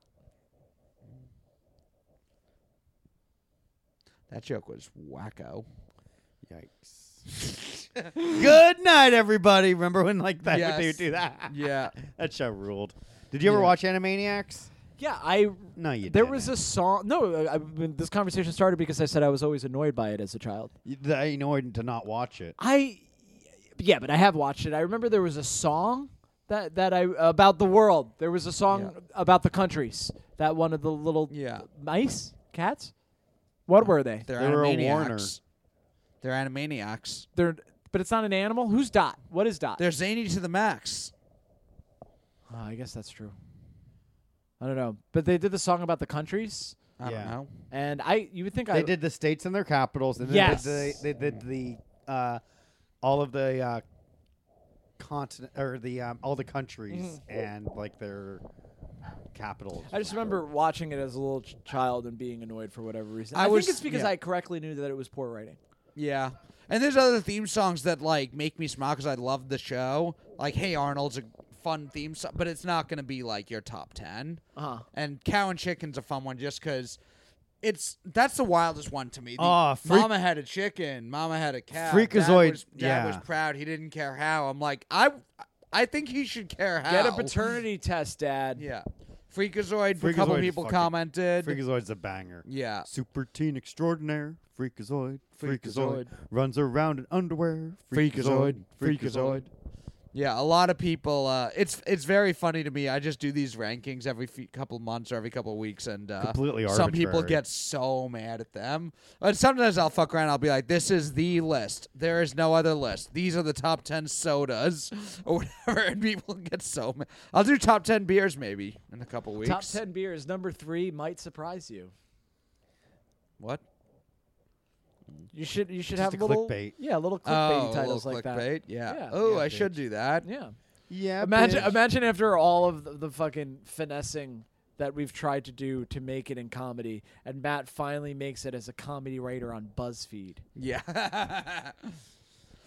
That joke was wacko. Yikes. Good night, everybody. Remember when like that Yes. they would do that? Yeah. that show ruled. Did you ever Yeah. watch Animaniacs? Yeah, I. No, you. There didn't. was a song. No, I, I, when this conversation started because I said I was always annoyed by it as a child. You- I ignored to not watch it. I yeah, but I have watched it. I remember there was a song that that I about the world. There was a song about the countries. That one of the little Yeah. mice, cats. What were they? They're They were a Animaniacs. Warner. They're Animaniacs. They're but it's not an animal. Who's Dot? What is Dot? They're zany to the max. Oh, I guess that's true. I don't know, but they did the song about the countries, I Yeah. don't know. and I you would think I They did the states and their capitals, and then Yes. they, did the, they did the uh, all of the uh, continent or the um, all the countries and like their capitals. I just remember watching it as a little ch- child and being annoyed for whatever reason. I I, was- think it's because yeah. I correctly knew that it was poor writing. Yeah. And there's other theme songs that like make me smile because I love the show. Like Hey Arnold's a fun theme song, but it's not going to be like your top 10. Uh huh. And Cow and Chicken's a fun one just cuz it's that's the wildest one to me. The Aw, freak- Mama had a chicken, Mama had a cow. Dad Freakazoid- was, Dad was yeah. proud. He didn't care how. I'm like, I I think he should care how. Get a paternity test, Dad. Yeah. Freakazoid, a couple Freakazoid is people fucking- commented. Freakazoid's a banger. yeah. Super teen extraordinaire, Freakazoid, Freakazoid. Freakazoid, runs around in underwear, Freakazoid. Yeah, a lot of people. Uh, it's it's very funny to me. I just do these rankings every few, couple months or every couple weeks, and uh, Completely some people arbitrary. get so mad at them. But sometimes I'll fuck around. I'll be like, "This is the list. There is no other list. These are the top ten sodas (laughs) or whatever," and people (laughs) get so mad. I'll do top ten beers maybe in a couple weeks. Top 10 beers, number three might surprise you. What? You should you should Just have a little clickbait. yeah little clickbaity Oh, titles little like that. clickbait. Yeah. Yeah. Oh, Yeah, I should bitch. do that. Yeah. Yeah. Imagine bitch. imagine after all of the, the fucking finessing that we've tried to do to make it in comedy, and Matt finally makes it as a comedy writer on BuzzFeed. (laughs) Yeah.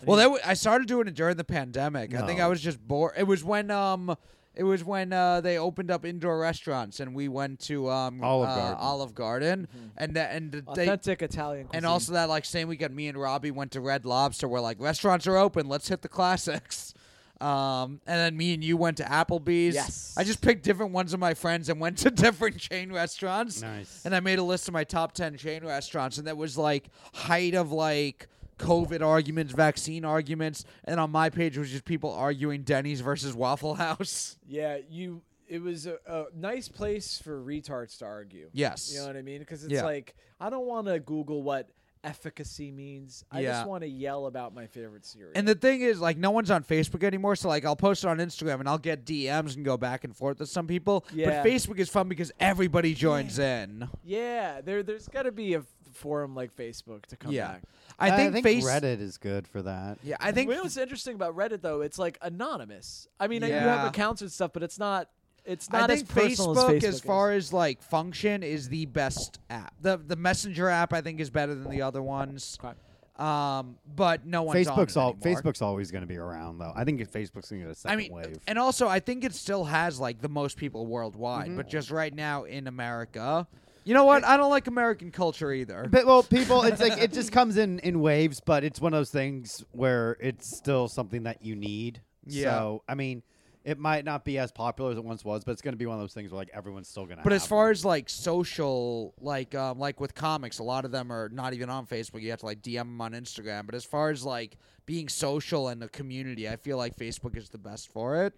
well, that w- I started doing it during the pandemic. I think I No. was just bored. It was when um, it was when uh, they opened up indoor restaurants and we went to um Olive uh, Garden. Mm-hmm. Oh, Olive Garden and that and the- they Authentic Italian cuisine. and also that like same weekend me and Robbie went to Red Lobster. We're like restaurants are open. Let's hit the classics. (laughs) Um, and then me and you went to Applebee's. Yes. I just picked different ones of my friends and went to (laughs) different chain restaurants. Nice. And I made a list of my top 10 chain restaurants, and that was like height of like COVID arguments, vaccine arguments. And on my page, it was just people arguing Denny's versus Waffle House. yeah, you. It was a, a nice place for retards to argue. Yes. You know what I mean? Because it's Yeah. like I don't want to Google what efficacy means. I Yeah. just want to yell about my favorite cereal. And the thing is, like, no one's on Facebook anymore. So, like, I'll post it on Instagram and I'll get DMs and go back and forth with some people. Yeah. But Facebook is fun because everybody joins in. yeah, there there's got to be a f- forum like Facebook to come Yeah. back. I think, face- Reddit is good for that. Yeah, I think. you know what's interesting about Reddit though? It's like anonymous. I mean, you have Yeah. accounts and stuff, but it's not. It's I not think as personal Facebook, as Facebook. as far as like function, is the best app. the The Messenger app, I think, is better than the other ones. Okay. Um, but no one's on Facebook's it all anymore. Facebook's always going to be around though. I think if Facebook's going to get a I second mean, wave. and also I think it still has like the most people worldwide, Mm-hmm. but just right now in America, you know what? I don't like American culture either. But, well, people, it's like it just comes in in waves, but it's one of those things where it's still something that you need. Yeah. So I mean, it might not be as popular as it once was, but it's going to be one of those things where like everyone's still going to. But as far as like social, like um, like with comics, a lot of them are not even on Facebook. You have to like DM them on Instagram. But as far as like being social and a community, I feel like Facebook is the best for it.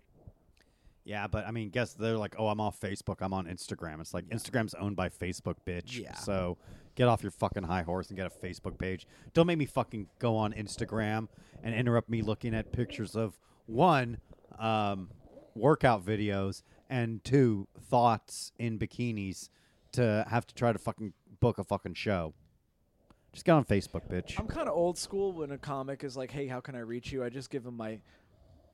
yeah, but I mean, guess they're like, oh, I'm off Facebook, I'm on Instagram. It's like Instagram's owned by Facebook, bitch. Yeah. So get off your fucking high horse and get a Facebook page. Don't make me fucking go on Instagram and interrupt me looking at pictures of one, um, workout videos and two thoughts in bikinis to have to try to fucking book a fucking show. Just get on Facebook, bitch. I'm kind of old school when a comic is like, "Hey, how can I reach you?" I just give them my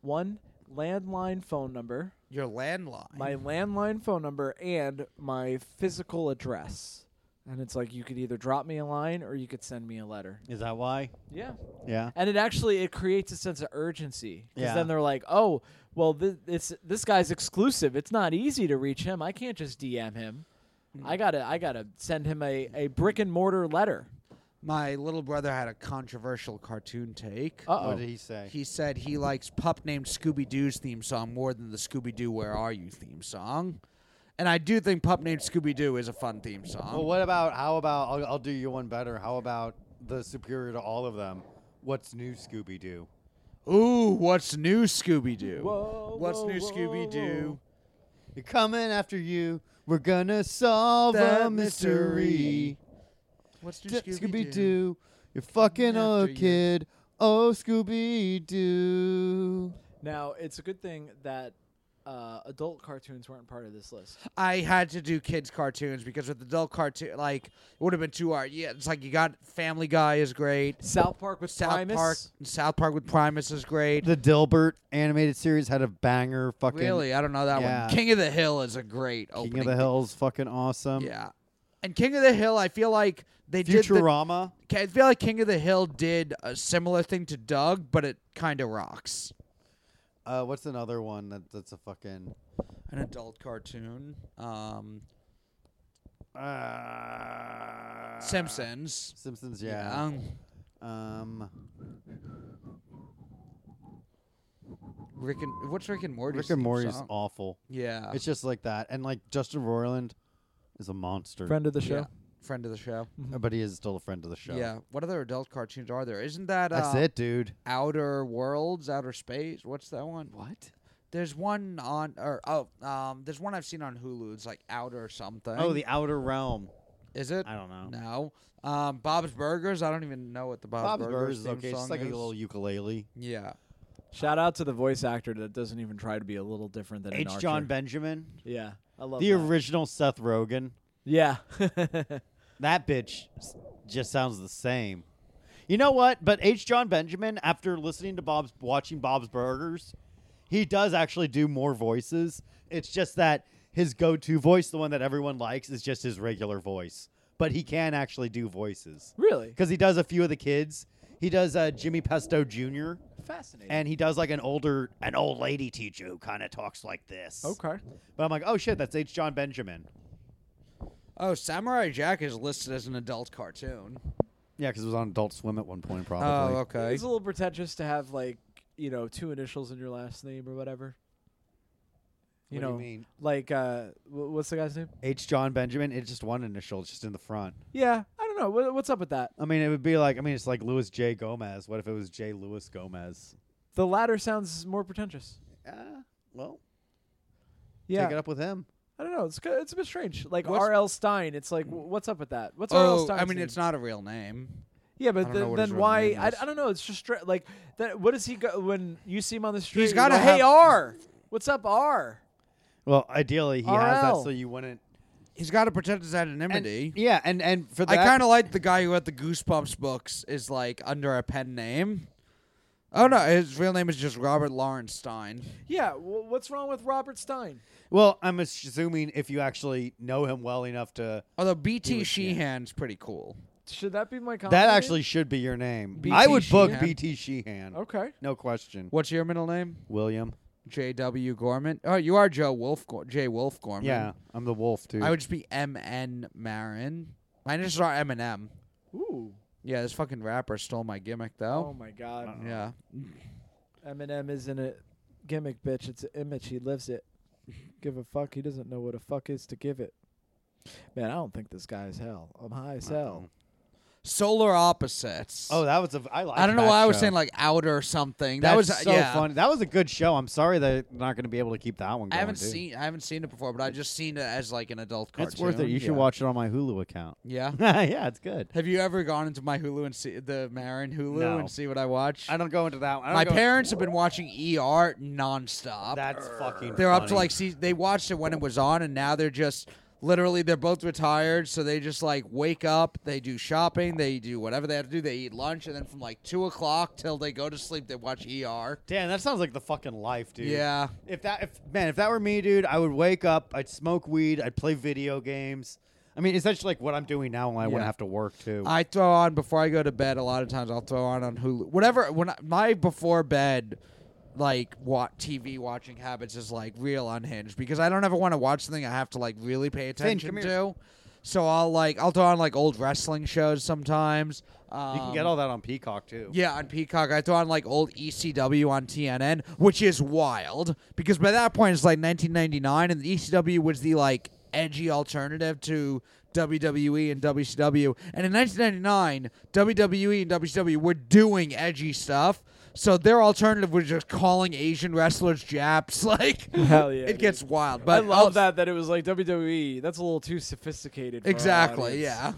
one landline phone number, Your landline. my landline phone number, and my physical address. And it's like you could either drop me a line or you could send me a letter. Is that why? Yeah. Yeah. And it actually it creates a sense of urgency because Yeah. then they're like, "Oh, well, this it's, this guy's exclusive. It's not easy to reach him. I can't just DM him. I gotta I gotta send him a, a brick and mortar letter." My little brother had a controversial cartoon take. Uh What oh. did he say? He said he likes pup named Scooby Doo's theme song more than the Scooby Doo Where Are You theme song. And I do think pup named Scooby Doo is a fun theme song. Well, what about how about I'll, I'll do you one better. How about the superior to all of them? What's new, Scooby Doo? Ooh, what's new, Scooby Doo? Whoa, What's whoa, new, whoa, Scooby Doo? They're coming after you. We're gonna solve a That mystery. mystery. What's new, Scooby Doo, you're fucking After a you. kid. Oh, Scooby Doo. Now, it's a good thing that uh, adult cartoons weren't part of this list. I had to do kids cartoons because with adult cartoon, like it would have been too hard. Yeah, it's like you got Family Guy is great. South Park with South Primus. Park, South Park with Primus is great. The Dilbert animated series had a banger. Fucking Really, I don't know that Yeah. one. King of the Hill is a great King opening. of the theme- Hill's fucking awesome. yeah. And King of the Hill, I feel like they Futurama. did. The, I feel like King of the Hill did a similar thing to Doug, but it kind of rocks. uh, what's another one that, that's a fucking An adult cartoon. Um, uh, Simpsons. Simpsons? yeah. Um, Um, Rick and what's Rick and Morty? Rick and Morty's awful. Yeah. It's just like that, and like Justin Roiland is a monster, uh, Friend of the yeah. show. Friend of the show. but he is still a friend of the show. Yeah. What other adult cartoons are there? Isn't that uh, that's it, dude. Outer Worlds, Outer Space? What's that one? What? There's one on or oh um there's one I've seen on Hulu. It's like Outer something. Oh, the Outer Realm. is it? I don't know. No. Um, Bob's Burgers. I don't even know what the Bob's, Bob's Burgers, Burgers is theme okay. It's song just like a is. little ukulele. Yeah. Shout out to the voice actor that doesn't even try to be a little different than an H. Archer. John Benjamin, Yeah, I love the that. original Seth Rogen. yeah. (laughs) That bitch s- just sounds the same. You know what? But H. John Benjamin, after listening to Bob's, watching Bob's Burgers, he does actually do more voices. It's just that his go-to voice, the one that everyone likes, is just his regular voice. But he can actually do voices Really? because he does a few of the kids. He does uh, Jimmy Pesto Jr. Fascinating. and he does like an older, an old lady teacher who kind of talks like this. okay. But I'm like, oh shit, that's H. John Benjamin. Oh, Samurai Jack is listed as an adult cartoon. Yeah, because it was on Adult Swim at one point, probably. Oh, okay. It's a little pretentious to have like you know two initials in your last name or whatever. You What do know, you mean? like uh, wh- what's the guy's name? H. John Benjamin. It's just one initial. It's just in the front. Yeah, I don't know. Wha- What's up with that? I mean, it would be like. I mean, it's like Louis J. Gomez. What if it was J. Louis Gomez? The latter sounds more pretentious. Uh, well, Yeah, take it up with him. I don't know. It's ki- it's a bit strange. Like What's- R.L. Stein. It's like wh- what's up with that? What's R.L. Oh, Stein? I mean, it's not a real name. Yeah, I but don't know then, what his then real why? name I, is. I don't know. It's just stra- like that. What does he go when you see him on the street? you gotta go, hey have- R. What's up R? Well, ideally, he has that RL. so you wouldn't. He's got to protect his And, anonymity. yeah, and and for I that, kind of like the guy who had the Goosebumps books is like under a pen name. Oh no, his real name is just Robert Lawrence Stein. Yeah. wh- what's wrong with Robert Stein? Well, I'm assuming if you actually know him well enough to. Although BT was- yeah. Sheehan's pretty cool. Should that be my comment? That actually should be your name. BT I would book Sheehan. BT Sheehan. Okay. No question. What's your middle name? William. J.W. Gorman. Oh, you are Joe Wolf. J. Wolf Gorman. Yeah, I'm the wolf too. I would just be M.N. Marin. I just saw Eminem. Ooh. Yeah, this fucking rapper stole my gimmick Oh, though. my God. Yeah. Eminem isn't a gimmick, bitch. It's an image. He lives it. Give a fuck. He doesn't know what a fuck is to give it. Man, I don't think this guy's hell. I'm high as hell. Solar opposites. Oh, that was a. I like. I don't know that why I was show. saying like outer something. That that was uh, so yeah. funny. That was a good show. I'm sorry they're not going to be able to keep that one. Going, I haven't dude. seen I haven't seen it before, but I just seen it as like an adult cartoon. It's worth it. You should yeah. watch it on my Hulu account. (laughs) Yeah. yeah, it's good. Have you ever gone into my Hulu and see the Marin Hulu No. and see what I watch? I don't go into that one. I my don't go- parents have been watching ER nonstop. That's fucking. they're up to funny. like see they watched it when it was on and now they're just literally they're both retired so they just like wake up they do shopping they do whatever they have to do they eat lunch and then from like two o'clock till they go to sleep they watch er Damn, that sounds like the fucking life, dude. yeah If that, if man, if that were me, dude, I would wake up. I'd smoke weed. I'd play video games. I mean, essentially like what I'm doing now when I wouldn't Yeah. have to work too. I throw on before I go to bed. A lot of times I'll throw on on Hulu. Whatever when I, my before bed, like what TV watching habits is like real unhinged because I don't ever want to watch something I have to like really pay attention come here. to. So I'll like I'll throw on like old wrestling shows sometimes. Um, you can get all that on Peacock too. yeah, on Peacock, I throw on like old ECW on TNN, which is wild because by that point it's like 1999, and the ECW was the like edgy alternative to WWE and WCW. And in 1999, WWE E and WCW were doing edgy stuff, so their alternative was just calling Asian wrestlers Japs. (laughs) Like, Hell yeah, it dude. gets wild. But I I'll- love that that it was like WWE. That's a little too sophisticated. For our Exactly. audience. Yeah.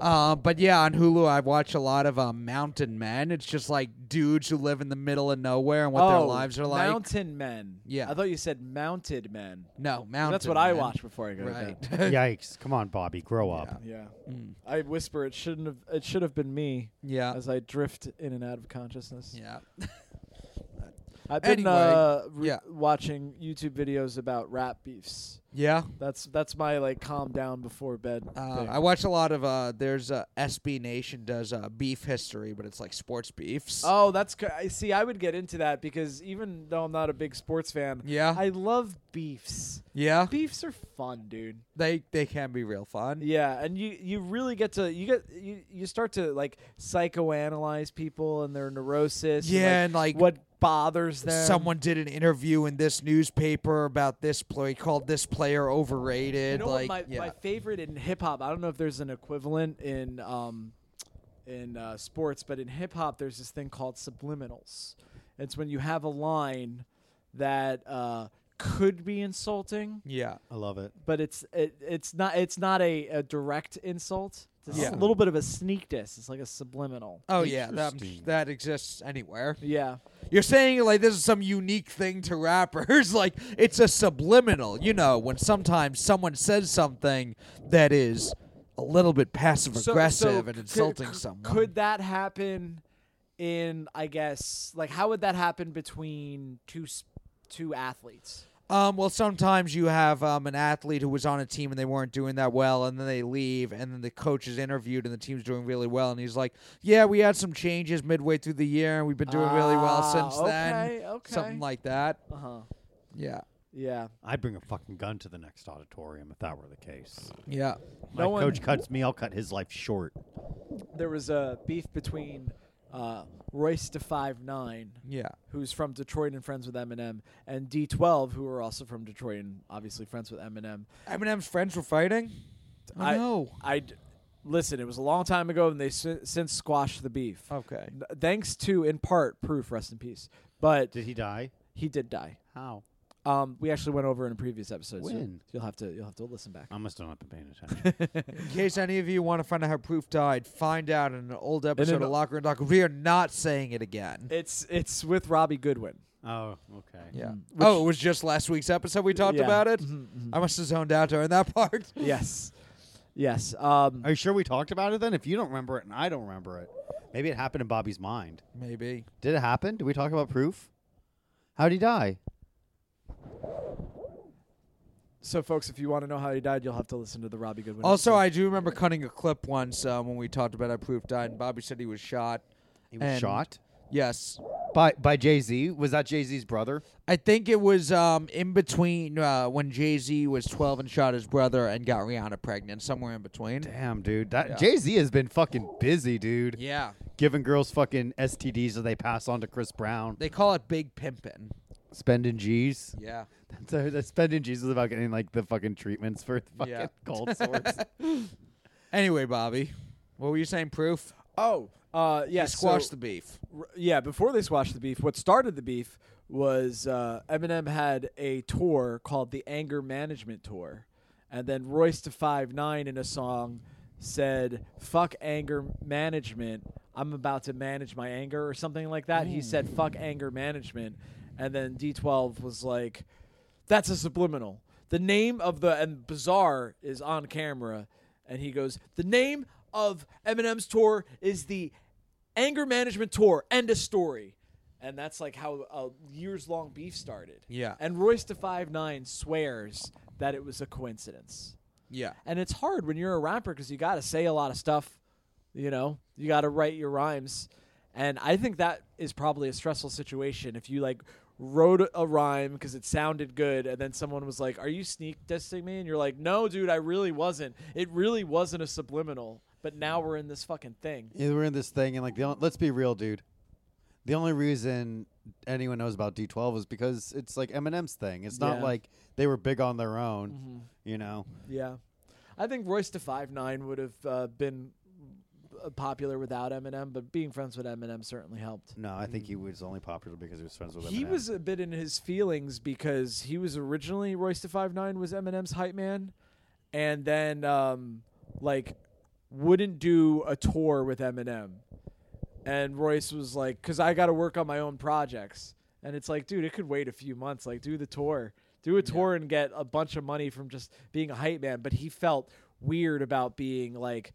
Uh, but yeah, on Hulu, I watch a lot of uh, Mountain Men. It's just like dudes who live in the middle of nowhere and what their Oh, lives are like. Mountain men. Yeah. I thought you said mounted men. no, Mountain. That's what I Men. watch before I go to bed. Right. (laughs) Mm. Yikes! Come on, Bobby, grow up. (laughs) Yeah. I whisper it shouldn't have it should have been me yeah. as I drift in and out of consciousness. Yeah. I've been Anyway, uh, re- yeah. watching YouTube videos about rat beefs. Yeah. That's that's my like calm down before bed. Uh, thing. I watch a lot of. Uh, there's uh, SB Nation does uh, beef history, but it's like sports beefs. oh, that's cr- I see. I would get into that because even though I'm not a big sports fan, Yeah. I love (laughs) beefs. yeah. Beefs are fun, dude. They they can be real fun. Yeah, and you you really get to you get you you start to like psychoanalyze people and their neurosis. Yeah, and, and like, like, what bothers them. Someone did an interview in this newspaper about this play called this player overrated. You know like what my, yeah. my favorite in hip hop. I don't know if there's an equivalent in um, in uh, sports, but in hip hop, there's this thing called subliminals. It's when you have a line that uh, could be insulting, yeah. I love it. but it's it, it's not it's not a, a direct insult. It's a Yeah. little bit of a sneak diss. It's like a subliminal. Oh yeah, that, Interesting. that exists anywhere. Yeah, You're saying like this is some unique thing to rappers, (laughs) like it's a subliminal. You know, when sometimes someone says something that is a little bit passive So- so aggressive and could- insulting could- someone. Could that happen in I guess like how would that happen between two s- two athletes? Um, well, sometimes you have um, an athlete who was on a team and they weren't doing that well, and then they leave, and then the coach is interviewed, and the team's doing really well, and he's like, "Yeah, we had some changes midway through the year, and we've been doing really well Ah, since then." okay, okay. Something like that. Uh-huh. Yeah, Yeah. I'd bring a fucking gun to the next auditorium if that were the case. yeah. My No one- coach cuts me, I'll cut his life short. There was a beef between uh, Royce to five nine, Yeah. who's from Detroit and friends with Eminem, and D twelve, who are also from Detroit and obviously friends with Eminem. Eminem's friends were fighting. Oh, I- no. I d- listen. It was a long time ago, and they si- since squashed the beef. Okay. N- Thanks to, in part, proof. Rest in peace. But Did he die? he did die. How? Um, we actually went over in a previous episode. so When? you'll have to you'll have to listen back. I must have not been paying (laughs) attention. In case any of you want to find out how Proof died, find out in an old episode an- of Locker and Doc. We are not saying it again. It's it's with Robbie Goodwin. oh, okay. yeah. Mm. oh, it was just last week's episode we talked Yeah. about it. Mhm, mhm. I must have zoned out during that (laughs) part. yes, yes. Um, Are you sure we talked about it then? If you don't remember it and I don't remember it, maybe it happened in Bobby's mind. Maybe. Did it happen? Did we talk about proof? How'd he die? so, folks, if you want to know how he died, you'll have to listen to the Robbie Goodwin. Also, episode. I do remember cutting a clip once um, when we talked about how Proof died, and Bobby said he was shot. He was And- shot Yes. by by Jay Z. Was that Jay Z's brother? I think it was um, in between uh, when Jay Z was 12 and shot his brother and got Rihanna pregnant, somewhere in between. Damn, dude. That Yeah. Jay Z has been fucking busy, dude. Yeah. Giving girls fucking STDs that they pass on to Chris Brown. They call it Big Pimpin'. Spending G's. (laughs) Yeah. So the spending Jesus about getting like the fucking treatments for the fucking Yeah. cold sores. Anyway, Bobby, what were you saying, Proof? oh uh, yeah, You squash so- the beef. r- yeah, before they squashed the beef, what started the beef was uh, Eminem had a tour called the Anger Management Tour, and then Royce to Five Nine in a song said "fuck anger management." I'm about to manage my anger or something like that. He said "fuck anger management," and then D12 was like, "That's a subliminal." The name of the and bizarre is on camera, and he goes, "The name of Eminem's tour is the anger management tour end a story and that's like how a years long beef started Yeah. and royce to 5-9 swears that it was a coincidence Yeah. and it's hard when you're a rapper because you got to say a lot of stuff you know you got to write your rhymes and i think that is probably a stressful situation if you like wrote a- a rhyme because it sounded good and then someone was like are you sneak dissing me and you're like no dude i really wasn't it really wasn't a subliminal but now we're in this fucking thing Yeah, we're in this thing, and like, the, on- let's be real, dude. The only reason anyone knows about D12 is because it's like Eminem's thing. It's not Yeah. like they were big on their own, Mm-hmm. you know. Yeah, I think Royce to five nine would have uh, been uh, popular without Eminem, but being friends with Eminem certainly helped. No, I think he was only popular because he was friends with. He Eminem. was a bit in his feelings because he was originally Royce to five nine was Eminem's hype man, and then um, like wouldn't do a tour with Eminem, and Royce was like, "Cause I got to work on my own projects," and it's like, dude, it could wait a few months. Like, do the tour, do a tour, and get a bunch of money from just being a hype man. But he felt weird about being like.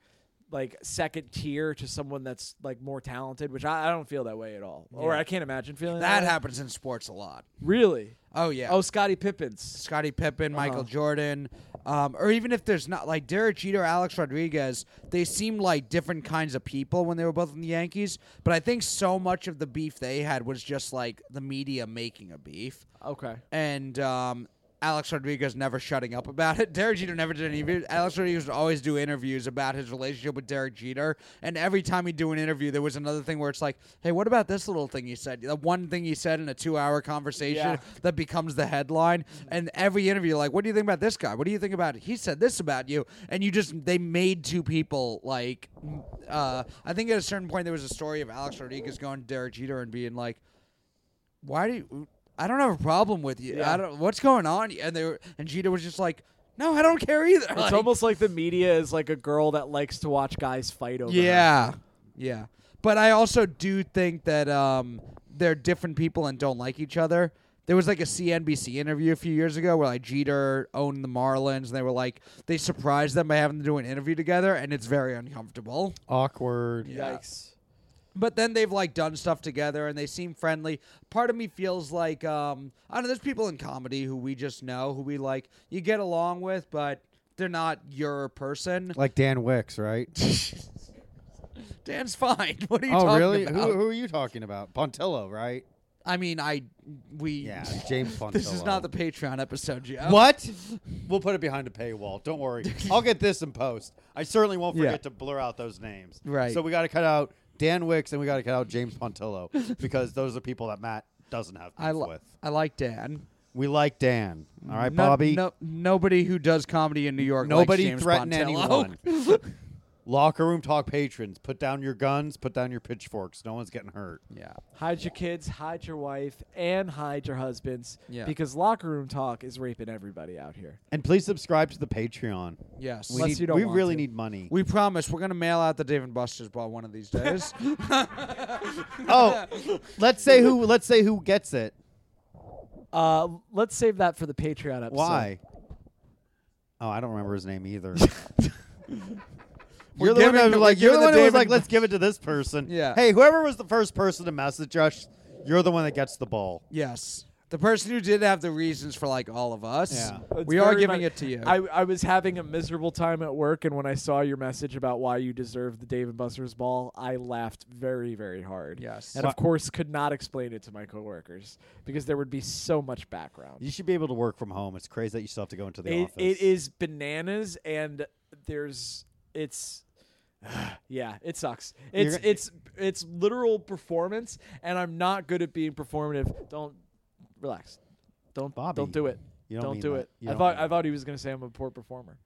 Like second tier to someone that's like more talented, which I, I don't feel that way at all, or Yeah. I can't imagine feeling that That way. happens in sports a lot. Really? Oh, yeah. Oh, Scotty Pippins. Scottie Pippen, Michael Uh-huh. Jordan, um, or even if there's not like Derek Jeter, Alex Rodriguez, they seem like different kinds of people when they were both in the Yankees. But I think so much of the beef they had was just like the media making a beef, Okay. and um, Alex Rodriguez never shutting up about it. (laughs) Derek Jeter never did any. of it. Alex Rodriguez would always do interviews about his relationship with Derek Jeter, and every time he'd do an interview, there was another thing where it's like, "Hey, what about this little thing you said? The one thing you said in a two-hour conversation Yeah. that becomes the headline." And every interview, like, "What do you think about this guy? What do you think about he said this about you?" And you just they made two people like. m- Uh, I think at a certain point there was a story of Alex Rodriguez going to Derek Jeter and being like why do you, I don't have a problem with you. Yeah. I don't what's going on? And they were, and Gita was just like, no, I don't care either. It's almost like the media is like a girl that likes to watch guys fight over. her. yeah, yeah. But I also do think that um, they're different people and don't like each other. There was like a CNBC interview a few years ago where like Jeter owned the Marlins, and they were like they surprised them by having to do an interview together, and it's very uncomfortable. Awkward. Yikes. But then they've like done stuff together and they seem friendly. Part of me feels like um I don't know, there's people in comedy who we just know who we like you get along with, but they're not (laughs) your person. Like Dan Wicks, right? Dan's fine. (laughs) What are you oh, talking really? Who, about? who are you talking about? Pontillo, right? I mean, I we (laughs) Yeah, James Pontillo. This is not the Patreon episode, Joe. What? Oh. We'll put it behind a paywall. Don't worry. I'll get this in post. I certainly won't Yeah. forget to blur out those names. Right. So we got to cut out Dan Wicks and we got to cut out James (laughs) Pontillo because those are people that Matt doesn't have beef I li- with. I like Dan. We like Dan. All right, No- Bobby. No, nobody who does comedy in New York. Nobody likes James threaten Pontillo. anyone. (laughs) Locker room talk patrons, put down your guns, put down your pitchforks. No one's getting hurt. (laughs) yeah. Hide your kids, hide your wife, and hide your husbands. Yeah. Because locker room talk is raping everybody out here. And please subscribe to the Patreon. Yes. We, Unless need- you don't we want really to. need money. We promise we're gonna mail out the Dave and Buster's ball one of (laughs) these days. (laughs) oh, let's say who let's say who gets it. Uh, let's save that for the Patreon episode. Why? Oh, I don't remember his name either. (laughs) We're you're the one giving that was the- like we're you're the giving one the who was David- like, let's give it to this person. Yeah. Hey, whoever was the first person to message us, you're the one that gets the ball. (laughs) yes. The person who did have the reasons for like all of us. Yeah. It's We are very giving much- it to you. I, I was having a miserable time at work, and when I saw your message about why you deserve the Dave and Buster's ball, I laughed very, very hard. Yes. And of course, could not explain it to my coworkers because there would be so much background. You should be able to work from home. It's crazy that you still have to go into the it, office. it is bananas, and there's it's. (sighs) Yeah, it sucks. It's You're- it's it's literal performance, and I'm not good at being performative. Don't relax. Don't Bobby, don't do it. you don't mean do that. it. You I don't thought mean I thought he was gonna say I'm a poor performer,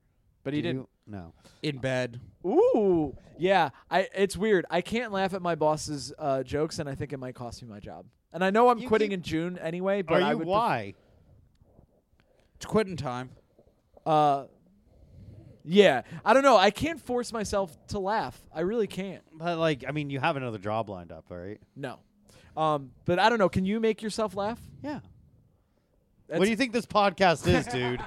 but he Do didn't. you- No. in bed. Ooh, yeah. I it's weird. I can't laugh at my boss's uh, jokes, and I think it might cost me my job. And I know I'm You quitting keep- in June anyway. But Are I you would why? It's quitting time. pref- uh, yeah. I don't know. I can't force myself to laugh. I really can't. But like, I mean, you have another job lined up, right? No. Um, but I don't know. Can you make yourself laugh? Yeah. what That's- do you think this (laughs) podcast is, dude?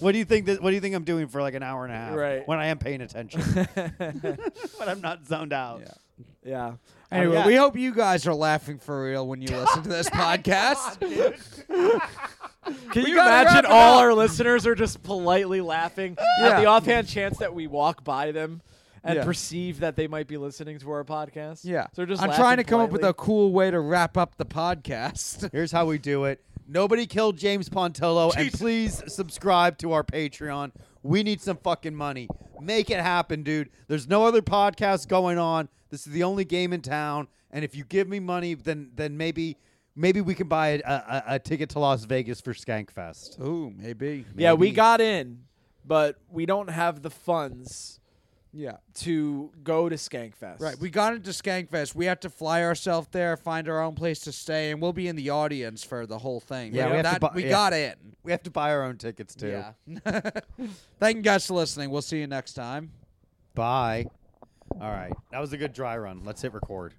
what do you think that? What do you think I'm doing for like an hour and a half? Right. When I am paying (laughs) attention, (laughs) but I'm not zoned out. Yeah. Oh. Yeah. Anyway, yeah. we hope you guys are laughing for real when you listen to (laughs) this podcast. Can We you gotta wrap imagine it all up. our listeners are just politely laughing at the Yeah. offhand chance that we walk by them and Yeah. perceive that they might be listening to our podcast? Yeah. So just I'm laughing trying to come up with a politely. cool way to wrap up (laughs) the podcast. Here's how we do it. Nobody killed James Pontillo, and Jesus. please subscribe to our Patreon. We need some fucking money. Make it happen, dude. There's no other podcast going on. This is the only game in town, and if you give me money, then then maybe maybe we can buy a, a, a ticket to Las Vegas for Skankfest. Ooh, maybe. Yeah, we Maybe. got in, but we don't have the funds Yeah. to go to Skankfest. Right. We got into Skankfest. We have to fly ourselves there, find our own place to stay, and we'll be in the audience for the whole thing. Yeah, we You know, have to that, bu- we yeah. got in. (laughs) We have to buy our own tickets too. Yeah. Thank you guys for listening. We'll see you next time. Bye. All right. That was a good dry run. Let's hit record.